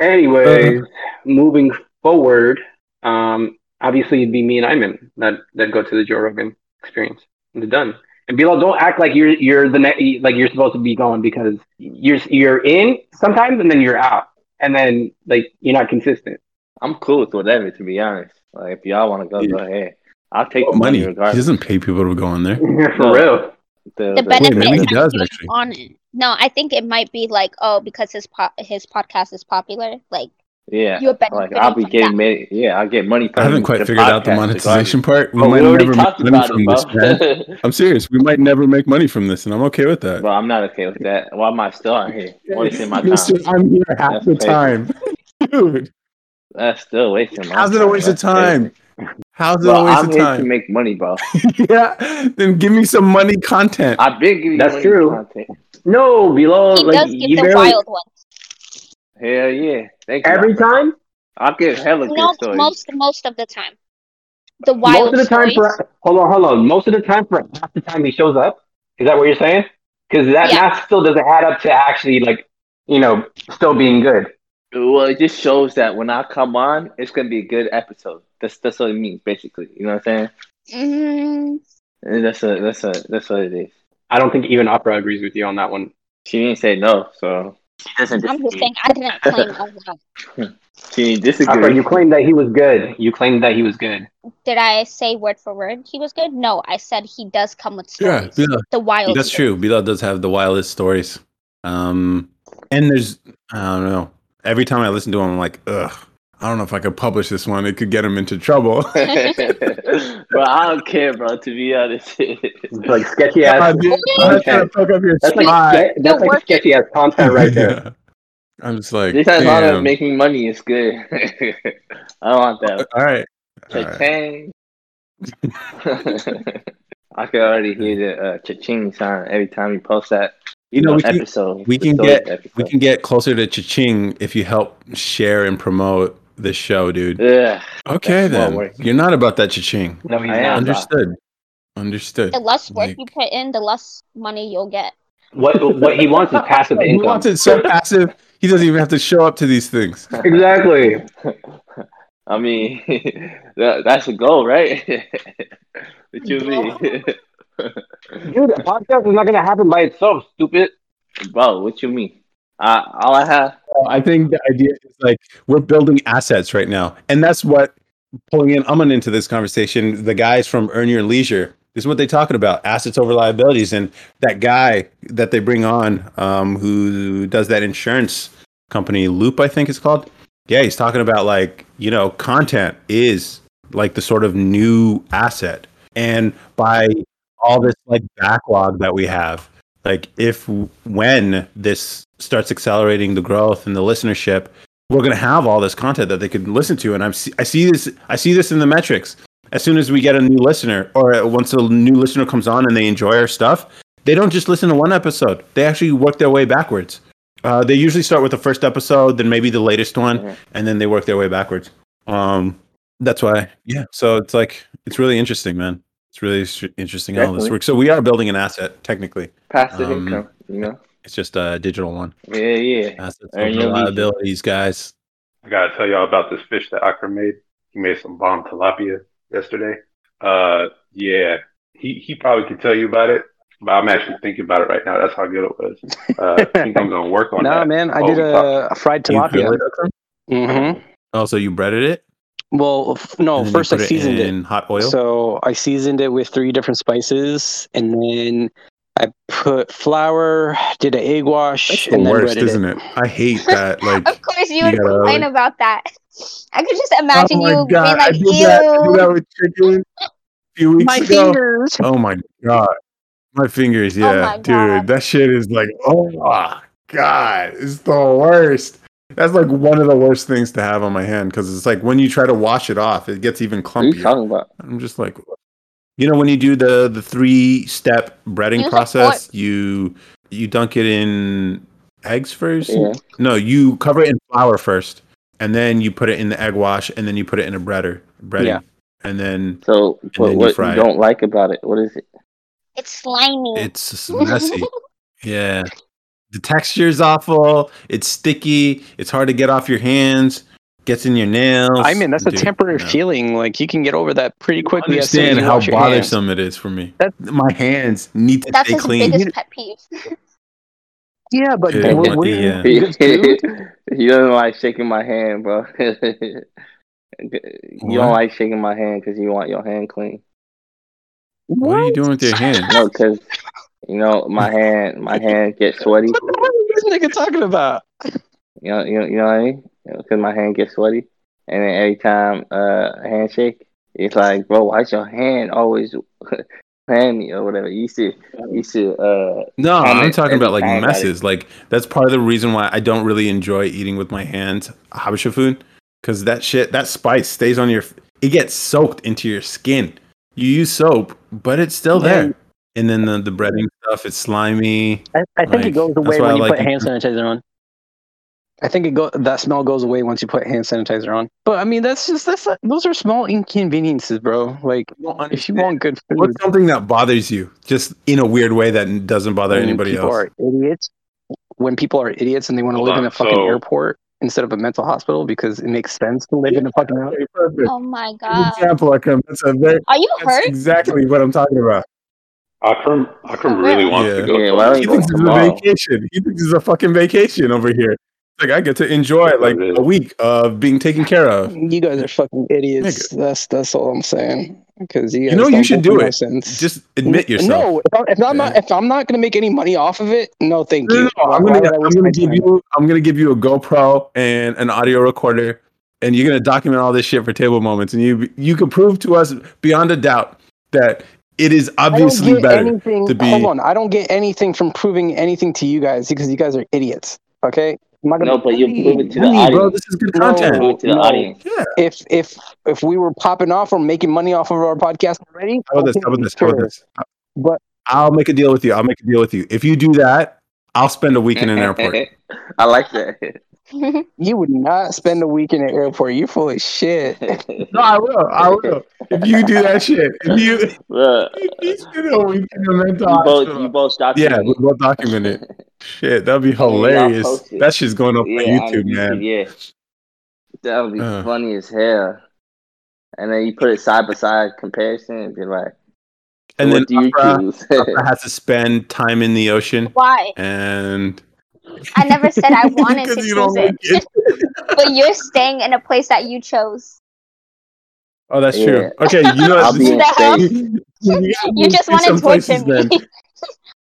S2: Anyways, moving forward, um, obviously it'd be me and Iman that that go to the Joe Rogan experience. It's done. And Bilal, don't act like you're you're the ne- like you're supposed to be going because you're you're in sometimes and then you're out and then like you're not consistent.
S6: I'm cool with whatever, to be honest. Like, if y'all want to go,
S1: Yeah. Oh,
S6: go ahead. I'll take the money,
S1: Money. He
S6: regardless.
S1: doesn't pay people to go on there.
S2: For real.
S6: The,
S3: The benefit
S1: maybe
S3: is
S1: he
S3: that
S1: does,
S3: he was
S1: actually.
S3: on it. No, I think it might be like, oh, because his po- his podcast is popular. Like
S6: yeah,
S3: you're
S6: like
S3: benefiting
S6: I'll be
S3: from
S6: getting
S3: that.
S6: made. Yeah, I'll get money. From
S1: I haven't quite
S6: the
S1: figured out the
S6: podcast,
S1: monetization
S6: regardless.
S1: part.
S6: Oh, we already
S1: never
S6: talked
S1: make money
S6: about
S1: from this, man.
S6: it, bro.
S1: I'm serious. We might never make money from this, and I'm okay with that.
S6: bro, I'm not okay with that. Why am I still out here wasting my
S1: You're still-
S6: time?
S1: I'm here half
S6: That's
S1: the
S6: crazy.
S1: time, dude.
S6: That's still wasting my
S1: How's
S6: time.
S1: it a waste of
S6: That's crazy.
S1: time? How's it
S6: Bro,
S1: a waste
S6: I'm
S1: of
S6: here to
S1: time?
S6: make money, bro.
S1: yeah, then give me some money content.
S6: I've been giving you
S2: That's
S6: money
S2: true.
S6: Content.
S2: No, Bilal,
S3: He
S2: like
S3: does
S2: you
S3: get the
S2: barely
S3: wild ones.
S6: Hell yeah, thank you.
S2: every time.
S6: I'll get hella good
S3: No,
S6: stories.
S3: most most of the time. The wild
S2: most of the time
S3: stories.
S2: for hold on, hold on. Most of the time for half the time he shows up. Is that what you're saying? Because that
S3: Yeah.
S2: math still doesn't add up to actually like you know still being good.
S6: Well, it just shows that when I come on, it's gonna be a good episode. That's that's what it means, basically. You know what I'm saying?
S3: Mm,
S6: And that's a that's a that's what it is.
S2: I don't think even Opera agrees with you on that one.
S6: She didn't say no, so she doesn't
S3: I'm just
S6: disagree.
S3: saying I didn't claim a lot.
S6: She didn't disagree.
S2: Opera, you claimed that he was good. You claimed that he was good.
S3: Did I say word for word he was good? No, I said he does come with
S1: yeah,
S3: stories.
S1: Bilal,
S3: The wild.
S1: that's
S3: stories.
S1: true. Bilal does have the wildest stories. Um, and there's I don't know. Every time I listen to him, I'm like, ugh. I don't know if I could publish this one. It could get him into trouble.
S6: bro, I don't care, bro. To be honest,
S2: It's like sketchy ass.
S1: I'm not trying to poke up your
S2: That's like
S1: spot.
S2: ske- that's like
S3: working.
S2: sketchy ass content right there.
S1: Yeah. I'm just like,
S6: this has a lot of
S1: damn.
S6: making money. It's good. I don't want that.
S1: all right. All right.
S6: Cha-ching. I can already hear the uh, cha-ching sound every time you post that.
S1: You know, we can,
S6: episode.
S1: we
S6: the
S1: can
S6: story
S1: get-
S6: episode.
S1: we can get closer to cha-ching if you help share and promote this show, dude.
S6: Yeah,
S1: Okay,
S6: that's more
S1: then.
S6: work.
S1: You're not about that cha-ching.
S2: No, he's
S6: I am.
S2: not.
S1: Understood. Understood.
S3: The less work
S1: Like-
S3: you put in, the less money you'll get.
S2: What what he wants is passive
S1: He
S2: income.
S1: wants it so passive, he doesn't even have to show up to these things.
S2: Exactly.
S6: I mean, that, that's the goal, right? what you mean,
S2: Dude, the podcast is not gonna happen by itself, stupid.
S6: bro? What you mean? I all I have.
S1: I think the idea is like we're building assets right now. And that's what pulling in Aman into this conversation, the guys from Earn Your Leisure, this is what they're talking about assets over liabilities. And that guy that they bring on um, who does that insurance company, Loop, I think it's called. Yeah, he's talking about like, you know, content is like the sort of new asset. And by all this like backlog that we have, like if when this starts accelerating the growth and the listenership we're going to have all this content that they can listen to and i'm se- i see this i see this in the metrics as soon as we get a new listener or uh, once a new listener comes on and they enjoy our stuff They don't just listen to one episode. They actually work their way backwards. Uh, they usually start with the first episode, then maybe the latest one,
S6: Mhm.
S1: and then they work their way backwards. Um, that's why, yeah. So it's like it's really interesting, man. It's really s- interesting how this
S6: Definitely.
S1: works. So we are building an asset technically.
S6: Passive
S1: Um,
S6: income, you know?
S1: It's just a digital one.
S6: Yeah, yeah.
S1: Assets
S6: Earn
S1: over
S6: your leisure.
S1: liabilities, guys.
S7: I gotta tell y'all about this fish that Akram made. He made some bomb tilapia yesterday. Uh, yeah, he he probably could tell you about it, but I'm actually thinking about it right now. That's how good it was. Uh, I think I'm gonna work on
S8: No,
S7: that.
S8: man, I
S7: Oh,
S8: did
S7: we
S8: a, a fried
S1: You grill
S8: tilapia.
S1: it, Akram?
S8: hmm
S1: Oh, so you breaded it?
S8: Well, f- no,
S1: and then you
S8: Oh, first I
S1: put
S8: seasoned
S1: it
S8: it.
S1: in hot oil.
S8: So I seasoned it with three different spices, and then I put flour, did an egg wash,
S1: That's the
S8: and then
S1: worst,
S8: breaded
S1: isn't it? I hate that. Like,
S3: Of course, you,
S1: You
S3: would
S1: gotta,
S3: complain
S1: like- Oh
S3: about that. I could just imagine
S1: my
S3: you
S1: God, I did
S3: being
S1: that. I
S3: like,
S1: did that
S3: "Ew,
S1: with chicken a few weeks
S8: My
S1: ago.
S8: fingers.
S1: Oh my god, my fingers! Yeah,
S3: Oh my
S1: dude,
S3: God.
S1: that shit is like, oh my god, it's the worst. That's like one of the worst things to have on my hand because it's like when you try to wash it off, it gets even
S6: What are you
S1: clumpier.
S6: talking about?
S1: I'm just like, you know, when you do the the three step breading
S3: Use a
S1: process, you you dunk it in eggs first.
S6: Yeah.
S1: No, you cover it in flour first, and then you put it in the egg wash, and then you put it in a breader, breading,
S8: Yeah.
S1: and then
S6: So,
S1: then you
S6: what, what
S1: fry
S6: you
S1: it.
S6: don't like about it? What is it?
S3: it's slimy."
S1: it's s- messy. yeah, the texture's awful. It's sticky. It's hard to get off your hands. Gets in your nails.
S8: I mean, that's a
S1: Dude,
S8: temporary
S1: no.
S8: feeling. Like you can get over that pretty
S1: I
S8: quickly. as soon as
S1: understand
S8: you
S1: how
S8: wash your hands.
S1: bothersome it is for me.
S8: That's-
S1: My hands need to
S3: That's
S1: stay
S3: his
S1: clean.
S3: biggest pet peeve.
S8: Yeah, but
S1: Yeah,
S8: what,
S1: what-
S8: what,
S1: yeah.
S6: he
S8: Good food?
S6: doesn't like shaking my hand, bro. you
S1: What?
S6: don't like shaking my hand because you want your hand clean.
S1: What? are you doing with your hands?
S6: No, because you know my hand, my hand gets sweaty.
S8: what the hell is this nigga talking about?
S6: You know, you know, you know what I mean? Because my hand gets sweaty, and then every time uh a handshake, it's like, bro, why's your hand always clammy or whatever? You should, you should. Uh,
S1: No,
S6: Um,
S1: I'm
S6: it-
S1: talking about like
S6: it's bad,
S1: messes. Like that's part of the reason why I don't really enjoy eating with my hands Habesha food because that shit, that spice stays on your. It gets soaked into your skin. You use soap, but it's still
S8: Yeah.
S1: there. And then the, the breading stuff, it's slimy.
S8: I, I think it
S1: Like,
S8: goes
S1: that's
S8: away
S1: why
S8: when
S1: I
S8: you
S1: like
S8: put hand sanitizer on. I think it go that smell goes away once you put hand sanitizer on. But I mean, that's just that's those are small inconveniences, bro. Like if you want good food,
S1: What's something that bothers you, just in a weird way that doesn't bother
S8: when
S1: anybody
S8: people
S1: else?
S8: are idiots, when people are idiots and they want to
S7: Hold
S8: live in
S7: on,
S8: a fucking
S7: so-
S8: airport instead of a mental hospital because it makes sense to live in a fucking airport.
S1: Okay, perfect.
S3: Oh my
S1: Good
S3: god.
S1: example, Akram. That's a very.
S3: Are you
S1: That's
S3: hurt?
S1: exactly what I'm talking about.
S7: Akram, Akram
S3: Oh,
S7: really
S3: really?
S7: wants
S1: Yeah.
S7: to go.
S6: Yeah,
S7: to
S6: why don't
S1: He
S6: you
S7: Mexico.
S1: thinks it's a
S6: Tomorrow.
S1: vacation. He thinks it's a fucking vacation over here. Like I get to enjoy
S7: That's
S1: like
S7: what it is.
S1: a week of being taken care of.
S8: You guys are fucking idiots. That's that's all I'm saying. Because you,
S1: You
S8: guys
S1: know you
S8: don't
S1: should
S8: make
S1: do
S8: no
S1: it.
S8: Sense.
S1: Just admit yourself.
S8: No, if, I, if I'm not if I'm not gonna make any money off of it, no, thank
S1: No,
S8: you.
S1: no, no,
S8: Why-
S1: I'm
S8: why
S1: gonna,
S8: would I
S1: I'm
S8: waste
S1: gonna
S8: my
S1: give
S8: time?
S1: you I'm gonna give you a GoPro and an audio recorder, and you're gonna document all this shit for table moments, and you you can prove to us beyond a doubt that it is
S8: I don't
S1: obviously
S8: get
S1: better.
S8: anything.
S1: to be-
S8: Hold on, I don't get anything from proving anything to you guys because you guys are idiots. Okay, I'm not
S6: No, but you prove it to the
S1: Hey,
S6: audience.
S1: bro, this is good
S8: No.
S1: content.
S6: Prove it to the
S8: No.
S6: audience.
S1: Yeah.
S8: if if if we were popping off or making money off of our podcast already.
S1: How about this?
S8: okay,
S1: How about this? How about
S8: sure.
S1: this?
S8: But
S1: I'll make a deal with you. I'll make a deal with you. If you do that, I'll spend a week in an airport.
S6: I like that.
S8: you would not spend a week in an airport. You're full of shit.
S1: No, I will. I will. If you do that shit, if you,
S6: Look,
S1: if you spend a week in a mental
S6: you both,
S1: hospital-
S6: you both stopped.
S1: yeah, we will document it. Shit, that'd be
S6: y'all
S1: hilarious.
S6: post it.
S1: That shit's going up
S6: Yeah,
S1: on
S6: on
S1: YouTube, man.
S6: Yeah, that would be
S1: Uh.
S6: funny as hell. And then you put it side by side comparison and be like,
S1: And
S6: "What
S1: then
S6: do you
S1: Afra,
S6: choose?"
S1: Afra has to spend time in the ocean,
S3: Why?
S1: and
S3: I never said I wanted to
S1: 'Cause
S3: choose
S1: you don't
S3: it.
S1: like it.
S3: But you're staying in a place that you chose.
S1: Oh, that's true.
S6: Yeah.
S1: Okay, you know
S6: I'll be in
S3: The hell?
S6: space.
S1: you gotta
S3: You just
S1: do
S3: want to
S1: some
S3: torture
S1: places
S3: me.
S1: then.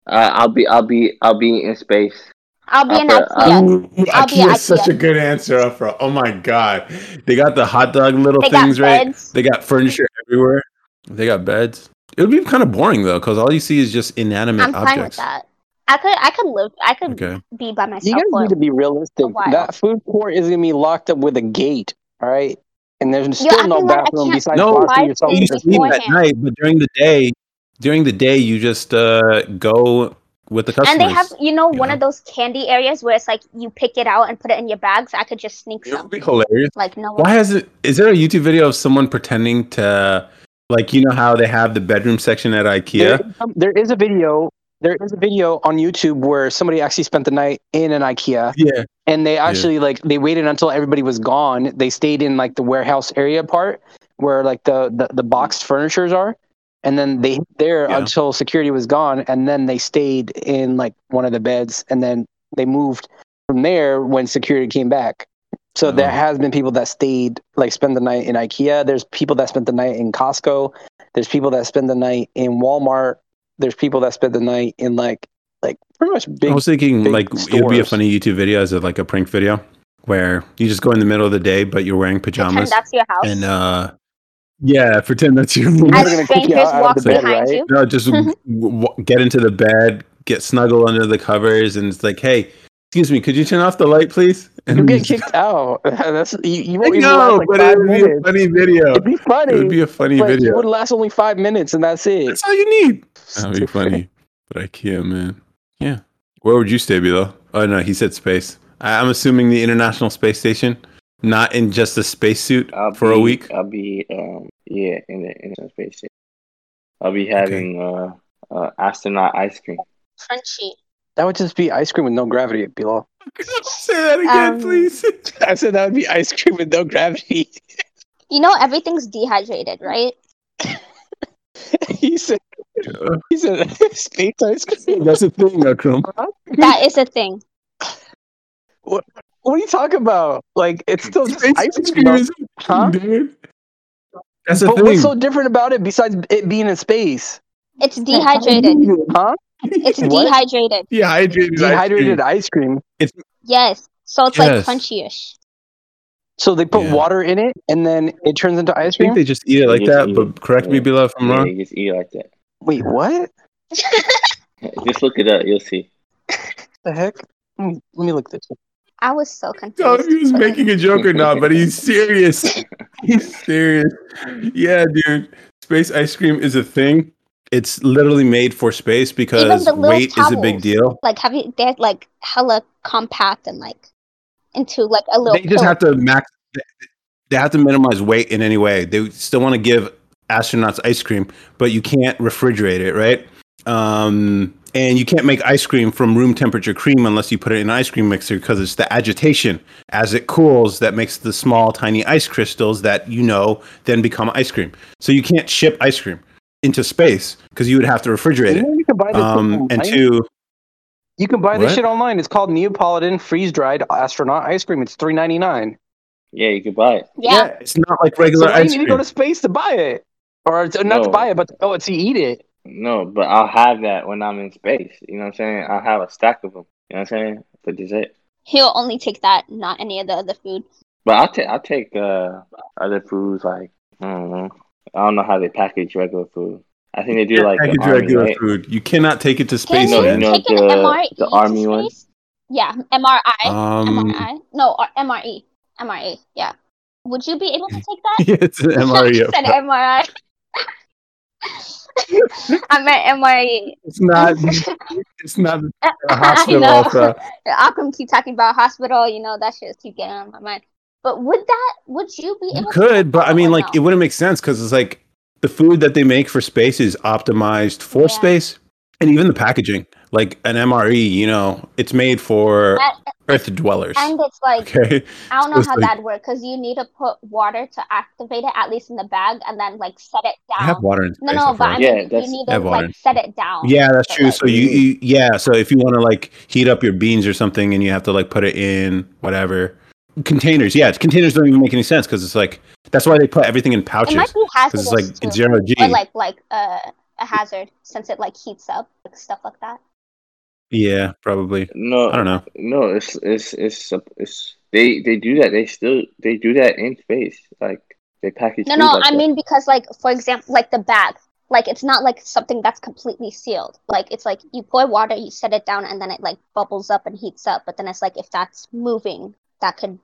S6: Uh, I'll be, I'll be, I'll be in space.
S3: I'll be in
S6: Afra,
S3: IKEA.
S1: Ooh,
S3: I'll be
S1: IKEA
S3: at
S1: is such
S3: IKEA.
S1: a good answer, Afra. Oh my god, they got the hot dog little
S3: They got
S1: things right.
S3: beds.
S1: They got furniture everywhere. They got beds. It would be kind of boring though, because all you see is just inanimate
S3: I'm fine with
S1: objects.
S3: that. I could I could live I could
S1: Okay.
S3: be by
S8: You
S3: myself.
S8: guys
S3: for-
S8: need to be realistic.
S3: a while.
S8: That food court is gonna be locked up with a gate. All right, and there's
S3: You're
S8: still no
S3: acting like I
S8: bathroom
S3: can't
S8: besides
S1: No,
S8: locking
S3: survive
S8: yourself
S1: You
S3: in
S8: in
S3: this
S8: this
S1: sleep
S8: room.
S1: at
S3: beforehand.
S1: night, but during the day, during the day you just uh, go with the customers.
S3: and they have, you know,
S1: you
S3: one
S1: know?
S3: of those candy areas where it's like you pick it out and put it in your bags. I could just sneak
S1: it
S3: some.
S1: would be hilarious.
S3: Like no one.
S1: Why has it? Is there a YouTube video of someone pretending to, like, you know how they have the bedroom section at IKEA?
S8: There is some- there is a video. There is a video on YouTube where somebody actually spent the night in an IKEA.
S1: Yeah,
S8: and they actually like they waited until everybody was gone they stayed in like the warehouse area part where like the the, the boxed furnitures are and then they hid there
S1: Yeah.
S8: until security was gone and then they stayed in like one of the beds and then they moved from there when security came back so there
S1: Oh.
S8: has been people that stayed like spend the night in ikea there's people that spent the night in costco there's people that spend the night in walmart there's people that spend the night in like like pretty much big
S1: I was thinking
S8: big
S1: like it would be a
S8: stores.
S1: funny YouTube video as a, like a prank video where you just go in the middle of the day but you're wearing pajamas
S3: Pretend that's your house.
S1: and uh, yeah, pretend that's your
S8: As-
S3: and
S8: gonna kick you
S3: strangers
S8: out of
S3: walk
S8: the bed,
S3: behind
S8: right?
S3: you.
S1: No, just w-
S8: Mm-hmm.
S1: w- get into the bed, get snuggle under the covers, and it's like, hey, excuse me, could you turn off the light, please? And
S8: You get kicked out. That's you, you
S1: I
S8: won't even
S1: know,
S8: last like
S1: but it
S8: five
S1: would be a
S8: minutes.
S1: funny video.
S8: It'd be funny.
S1: It would be a funny
S8: but you
S1: video.
S8: would last only five minutes, and that's it.
S1: That's all you need. That'd be funny. But I can't, man. Yeah. Where would you stay, Bilo? Oh no, he said space. I- I'm assuming the International Space Station, not in just a spacesuit
S8: Oh,
S6: I'll
S1: for
S6: be,
S1: a week.
S6: I'll be um yeah in the in the space station. I'll be having uh, uh astronaut ice cream.
S3: Crunchy.
S8: That would just be ice cream with no gravity, Bilal.
S1: Say that again,
S3: Um,
S1: please.
S8: I said that would be ice cream with no gravity.
S3: You know everything's dehydrated, right?
S8: he said. He said space ice cream.
S1: That's the thing, Akram.
S3: That is a thing.
S8: What are you talking about? Like it's still just
S1: Space
S8: ice
S1: ice cream
S8: cream, though.
S1: is
S8: huh?
S1: dude. That's the
S8: but
S1: thing.
S8: what's so different about it besides it being in space?
S3: It's dehydrated.
S8: Huh?
S3: It's
S8: What?
S3: dehydrated.
S1: dehydrated.
S8: Dehydrated ice cream.
S3: Yes. So it's
S1: Yes.
S3: like crunchy-ish.
S8: So they put
S1: Yeah.
S8: water in it, and then it turns into
S1: I
S8: ice
S1: think
S8: cream.
S1: they just eat it
S6: They
S1: like
S6: just
S1: that.
S6: eat
S1: But
S6: it.
S1: correct me,
S6: Yeah.
S1: Bilo, if I'm
S6: yeah,
S1: wrong.
S6: you just eat it like that.
S8: Wait, what?
S6: Just look it up. You'll see.
S8: the heck? Let me, let me look this. up.
S3: I was so
S1: I don't know
S3: confused.
S1: if he was
S3: but-
S1: making a joke or not, but he's serious. He's serious. Yeah, dude. Space ice cream is a thing. It's literally made for space because
S3: little
S1: weight is a big
S3: towels.
S1: deal.
S3: like have you they're like hella compact and like into like a little
S1: They just
S3: pill.
S1: have to max. They have to minimize weight in any way. They still want to give astronauts ice cream, but you can't refrigerate it, right? Um, and you can't make ice cream from room temperature cream unless you put it in an ice cream mixer because it's the agitation as it cools that makes the small, tiny ice crystals that you know then become ice cream. So you can't ship ice cream into space because you would have to refrigerate
S8: You
S1: it.
S8: know you can buy this shit
S1: Um, and
S8: online?
S1: two,
S8: you can buy this
S1: What?
S8: shit online. It's called Neapolitan freeze dried astronaut ice cream. It's three ninety nine.
S6: Yeah, you can buy it.
S3: Yeah.
S1: it's not like
S8: So
S1: regular
S8: why do you
S1: ice
S8: need to
S1: cream.
S8: go to space to buy it, or to, not to
S6: No.
S8: buy it, but to, oh, to eat it?
S6: No, but I'll have that when I'm in space. You know what I'm saying? I'll have a stack of them. You know what I'm saying for dessert.
S3: He'll only take that, not any of the other food.
S6: But I'll take I'll take uh other foods like I don't know. I don't know how they package regular food. I think they do
S1: can't
S6: like the
S1: package
S6: army,
S1: regular
S6: right?
S1: food. You cannot take it to
S3: Can
S1: space,
S6: No,
S3: you
S1: man.
S6: no,
S3: take an
S6: the-
S3: MRE
S6: the
S3: to
S6: army one.
S3: space? Yeah, MRI.
S1: Um,
S3: MRI. No, or E, MRE. MRE. Yeah. Would you be able to take that?
S1: it's an
S3: I
S1: MRE.
S3: said MRI. I meant E. MRE.
S1: It's not. It's not a hospital.
S3: I know.
S1: so-
S3: Malcolm keep talking about hospital. You know that shit just keep getting on my mind. But would that? Would you be able?
S1: You
S3: to take
S1: could, but
S3: that
S1: I mean,
S3: or
S1: like,
S3: Oh, no?
S1: it wouldn't make sense because it's like the food that they make for space is optimized for
S3: Yeah.
S1: space, and even the packaging, like an MRE. You know, it's made for
S3: And-
S1: Earth dwellers.
S3: and it's like
S1: Okay,
S3: I don't
S1: So
S3: know
S1: it's
S3: how
S1: like-
S3: that'd work because you need to put water to activate it at least in the bag and then like set it
S1: I have
S3: down.
S1: water in space.
S3: No, no,
S1: I
S3: but I
S1: forgot.
S6: Yeah,
S3: mean you
S6: that's-
S3: need
S1: I
S3: to
S1: have water.
S3: like set it down.
S1: yeah, that's
S3: but,
S1: true.
S3: like-
S1: So you, you, yeah. So if you want to like heat up your beans or something, and you have to like put it in whatever containers. Yeah, it's- containers don't even make any sense because it's like that's why they put everything in
S3: It
S1: pouches.
S3: might be hazardous
S1: because it's like
S3: too,
S1: it's zero G.
S3: or like like uh, a hazard since it like heats up like stuff like that.
S1: yeah, probably.
S6: No,
S1: I don't know.
S6: no, it's it's it's it's they they do that. They still they do that in space. Like they package
S3: No,
S6: food
S3: no,
S6: like
S3: I
S6: that.
S3: mean because like for example, like the bag, like it's not like something that's completely sealed. Like it's like you pour water, you set it down, and then it like bubbles up and heats up. But then it's like if that's moving, that could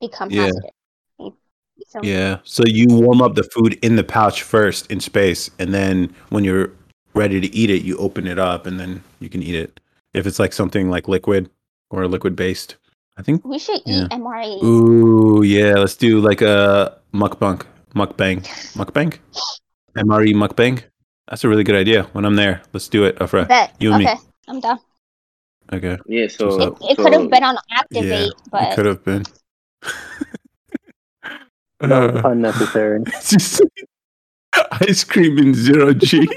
S3: become
S1: Yeah.
S3: hazardous. You- you feel me?
S1: Yeah. So you warm up the food in the pouch first in space, and then when you're ready to eat it, you open it up and then you can eat it. If it's like something like liquid or liquid based, I think.
S3: We should
S1: Yeah.
S3: eat MRE.
S1: Ooh, yeah, let's do like a mukbang, mukbang, mukbang, MRE mukbang. That's a really good idea. When I'm there, let's do it, Afra.
S3: Bet.
S1: you and me.
S3: okay, I'm done.
S1: Okay,
S6: Yeah, so
S1: It-
S3: It could have been on activate,
S1: it
S3: but
S1: could have been.
S8: unnecessary.
S1: Just ice cream in zero G.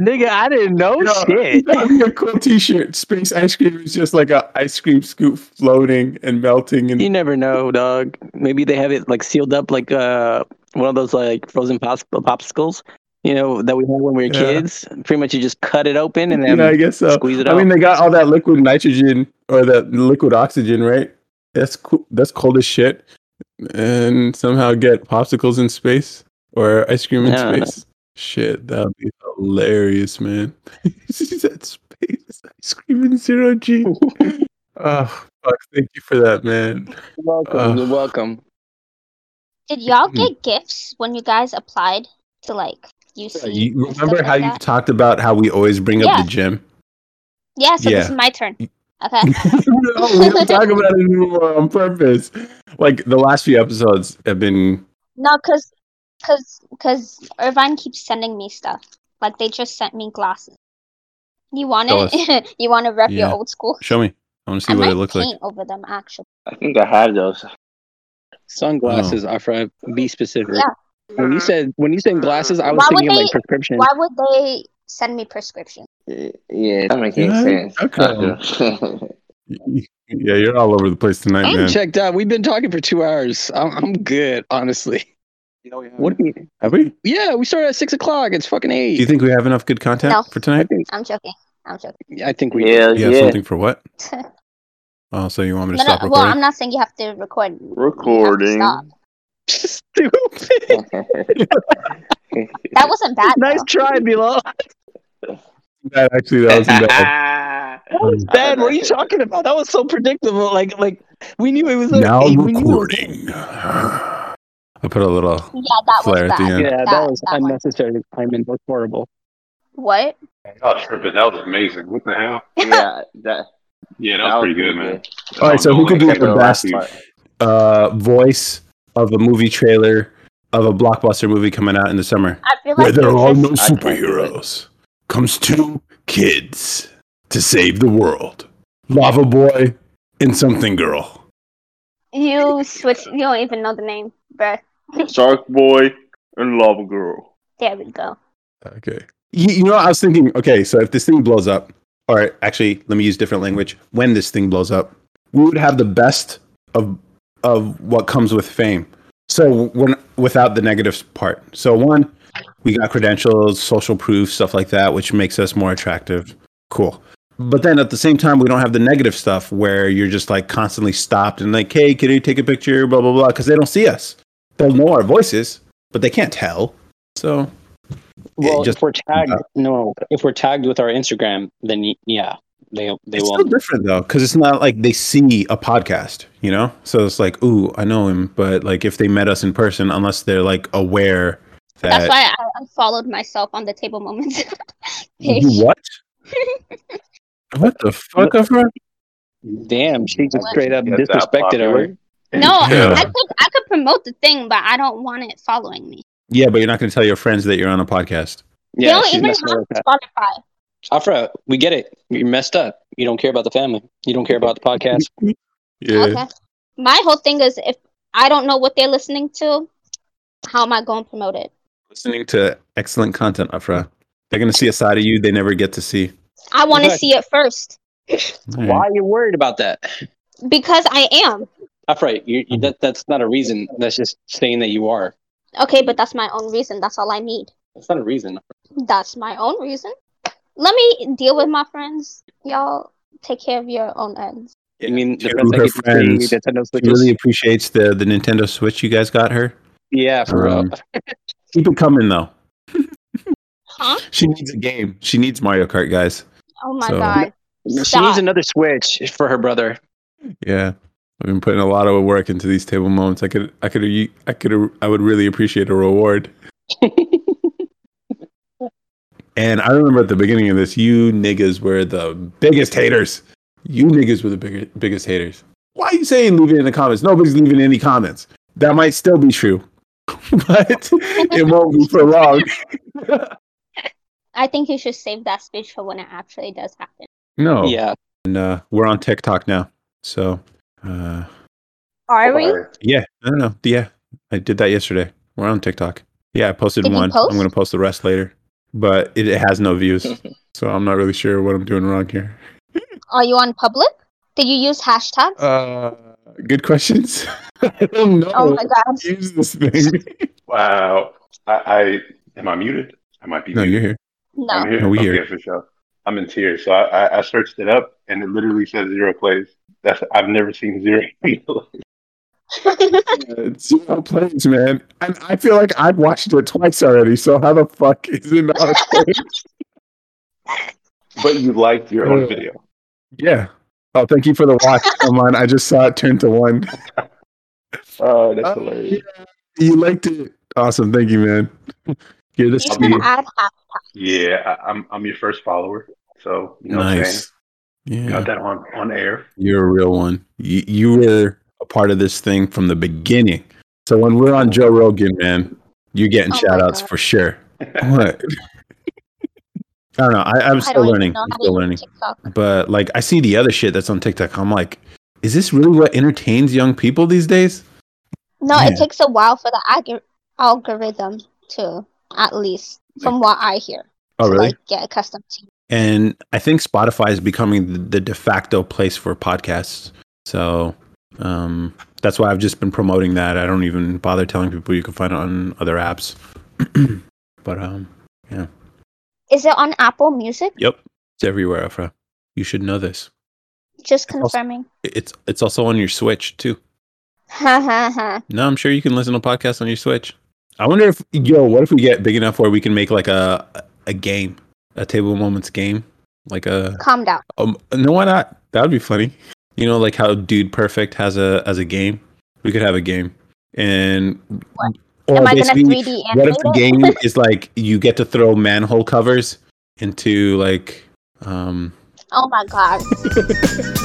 S8: Nigga, I didn't know
S1: No.
S8: shit.
S1: That'd be a cool T-shirt. Space ice cream is just like a ice cream scoop floating and melting,
S8: You never know, dog. Maybe they have it like sealed up, like uh, one of those like frozen pop- popsicles, you know, that we had when we were
S1: Yeah.
S8: kids. Pretty much, you just cut it open and then
S1: yeah, I guess uh, so.
S8: squeeze it
S1: I
S8: out.
S1: mean, they got all that liquid nitrogen or that liquid oxygen, right? That's cool. That's cold as shit, and somehow get popsicles in space or ice cream in
S8: Yeah.
S1: space. Shit, that would be hilarious, man. that space ice cream in zero G. oh, fuck! Thank you for that, man.
S8: You're welcome.
S1: Ugh.
S8: You're welcome.
S3: did y'all
S1: Hmm.
S3: get gifts when you guys applied to like UC?
S1: You
S3: and
S1: remember
S3: stuff
S1: how
S3: like
S1: you
S3: that?
S1: talked about how we always bring
S3: Yeah.
S1: up the gym?
S3: Yeah, so
S1: Yeah.
S3: this is my turn.
S1: You-
S3: Okay.
S1: no, we don't talk about it anymore on purpose. Like the last few episodes have been
S3: No, cause, cause, cause Irvine keeps sending me stuff. Like they just sent me glasses. You want
S1: Show
S3: it? you want to rep
S1: Yeah.
S3: your old school?
S1: show me. I want to see
S3: I
S1: what
S3: might
S1: it looks
S3: paint
S1: like.
S3: over them actually.
S6: I think I have those.
S1: oh.
S8: Sunglasses are for uh, be specific.
S3: Yeah.
S8: When you said when you said glasses, I was
S3: Why would
S8: thinking like
S3: they-
S8: prescription.
S3: Why would they send me prescription?
S6: Yeah, yeah, that makes any
S1: Yeah,
S6: sense.
S1: okay.
S6: Fucker.
S1: Yeah, you're all over the place tonight,
S8: I'm
S1: man.
S8: checked out. We've been talking for two hours. I'm, I'm good, honestly. What? do you-
S1: have we? Do
S8: Yeah, we started at six o'clock. It's fucking eight.
S1: you think we have enough good content
S3: No.
S1: for
S8: I
S1: tonight?
S8: think.
S3: I'm joking. I'm joking.
S8: I think we.
S6: yeah,
S1: You have
S6: yeah.
S1: something for what? Oh, so you want me to
S3: No, no,
S1: stop
S3: well,
S1: recording?
S3: I'm not saying you have to record. You have to
S6: Recording.
S3: stop.
S8: Stupid.
S3: That wasn't bad.
S8: nice
S3: though.
S8: try, Bilal.
S1: That actually, that wasn't bad.
S8: That was
S1: Um,
S8: bad. What are you talking about? That was so predictable. Like, like we knew it was
S1: Now
S8: we knew it was-
S1: recording. I put a little.
S3: Yeah, that
S1: Flare
S3: was
S1: at the
S3: bad.
S1: end.
S8: Yeah, that,
S3: That-
S8: was
S3: that one.
S8: unnecessary. I mean, that was horrible.
S3: What?
S7: Oh, tripping. That was amazing. What the hell?
S6: yeah, that,
S7: Yeah, that,
S6: that
S7: was pretty good, man.
S1: All right, so who could do
S6: Except
S1: it
S6: for
S1: the
S6: the last
S1: best?
S6: part.
S1: Uh, voice of a movie trailer of a blockbuster movie coming out in the summer.
S3: I feel
S1: Where
S3: like
S1: there
S3: you're
S1: are no
S3: just-
S6: I can't do it.
S1: superheroes, comes two kids to save the world Lava Boy and Something Girl.
S3: you switch. You don't even know the name, bruh.
S6: Shark Boy and Lava Girl.
S3: There we go.
S1: Okay. You, you know, I was thinking, okay, so if this thing blows up, or actually, let me use different language. When this thing blows up, we would have the best of of what comes with fame. So when without the negative part. So one, we got credentials, social proof, stuff like that, which makes us more attractive. Cool. But then at the same time, we don't have the negative stuff where you're just like constantly stopped and like, hey, can you take a picture? Blah blah blah, because they don't see us. They'll know our voices, but they can't tell. So
S8: Well,
S1: just- uh,
S8: if we're tagged, no. If we're tagged with our Instagram, then y- yeah, they they
S1: it's
S8: will.
S1: still different though, because it's not like they see a podcast, you know. So it's like, ooh, I know him, but like if they met us in person, unless they're like aware
S3: That's
S1: that
S3: why I unfollowed myself on the table moments. page.
S1: you what? what the fuck, Afra?
S8: Damn, she just straight up
S7: Get that
S8: disrespected
S7: popular.
S8: her.
S3: No,
S1: Yeah.
S3: I could I could promote the thing, but I don't want it following me.
S1: Yeah, but you're not going to tell your friends that you're on a podcast.
S3: They
S8: Yeah,
S3: don't
S8: she's
S3: even
S8: messing
S3: have
S8: with that.
S3: Spotify.
S8: Afra, we get it. You messed up. You don't care about the family. You don't care about the podcast.
S1: Yeah,
S3: Okay. My whole thing is if I don't know what they're listening to, how am I going to promote it?
S1: listening to excellent content, Afra. They're going to see a side of you they never get to see.
S3: I want to
S8: Exactly.
S3: see it first
S8: Why are you worried about that?
S3: because I am.
S8: Afra, you, you, that that's not a reason. That's just saying that you are.
S3: Okay, but that's my own reason. That's all I need.
S8: That's not a reason.
S3: That's my own reason. Let me deal with my friends. Y'all take care of your own ends.
S8: I mean,
S1: To
S8: the friends I
S1: her
S8: get to see
S1: friends,
S8: Nintendo
S1: She
S8: Switches.
S1: really appreciates the the Nintendo Switch you guys got her.
S8: yeah, for
S1: Um,
S8: real.
S1: Keep it coming though.
S3: Huh?
S1: She needs a game. She needs Mario Kart, guys.
S3: Oh my
S1: So-
S3: god.
S8: She
S3: Stop.
S8: needs another Switch for her brother.
S1: Yeah, I've been putting a lot of work into these table moments. I could, I could, I could, I would really appreciate a reward. And I remember at the beginning of this, you niggas were the biggest haters. You niggas were the bigger, biggest haters. Why are you saying leave it in the comments? Nobody's leaving any comments. That might still be true, but it won't be for long.
S3: I think you should save that speech for when it actually does happen.
S1: No.
S8: Yeah.
S1: And uh, we're on TikTok now. So, uh,
S3: Are we?
S1: yeah, I don't know. Yeah, I did that yesterday. We're on TikTok. Yeah, I posted
S3: Did you
S1: one.
S3: post?
S1: I'm going to post the rest later, but it, it has no views. so I'm not really sure what I'm doing wrong here.
S3: Are you on public? Did you use hashtags?
S1: Uh, good questions. I don't know.
S3: oh my god.
S1: Use this thing.
S7: Wow. I, I am I muted? I might be
S1: no,
S7: muted.
S1: you're here.
S3: No.
S7: I'm here.
S1: No, we here.
S7: Okay, for sure. I'm in tears. So I, I, I searched it up and it literally says zero plays. That's I've never seen zero.
S1: Uh, It's zero plays, man. And I feel like I've watched it twice already. So how the fuck is it not?
S7: but you liked your
S1: Yeah.
S7: own video.
S1: yeah. Oh, thank you for the watch. Come on. I just saw it turn to one.
S7: Oh, that's
S1: Oh,
S7: hilarious.
S1: You liked it. Awesome. Thank you, man. You're the
S3: You should
S1: speed.
S3: add hashtags.
S7: Yeah, I, I'm I'm your first follower. So you know what I'm saying?
S1: Nice.
S7: Got
S1: Yeah.
S7: that on, on air.
S1: You're a real one. You, you were a part of this thing from the beginning. So when we're on Joe Rogan, man, you're getting
S3: Oh my
S1: shout outs
S3: God.
S1: for sure. What? I don't know. I, I'm
S3: I
S1: still
S3: don't even
S1: learning.
S3: know
S1: I'm
S3: how to
S1: still
S3: use
S1: learning.
S3: TikTok.
S1: But like, I see the other shit that's on TikTok. I'm like, is this really what entertains young people these days?
S3: No,
S1: Yeah.
S3: it takes a while for the alg- algorithm to, at least from what I hear,
S1: Oh,
S3: to
S1: really?
S3: like get accustomed to.
S1: And I think Spotify is becoming the, the de facto place for podcasts. So um, that's why I've just been promoting that. I don't even bother telling people you can find it on other apps. but um,
S3: Is it on Apple Music?
S1: yep, it's everywhere, Afra. You should know this.
S3: Just
S1: It's also-
S3: confirming.
S1: It's it's also on your Switch too.
S3: Ha ha ha.
S1: No, I'm sure you can listen to podcasts on your Switch. I wonder if yo, what if we get big enough where we can make like a a game, a table of moments game, like a
S3: Calm down.
S1: um, no, why not? That would be funny. You know, like how Dude Perfect has a as a game. We could have a game, and
S3: What?
S1: or
S3: Am I gonna
S1: basically,
S3: 3D
S1: what if
S3: animate
S1: the
S3: it?
S1: game is like you get to throw manhole covers into like um
S3: Oh my god.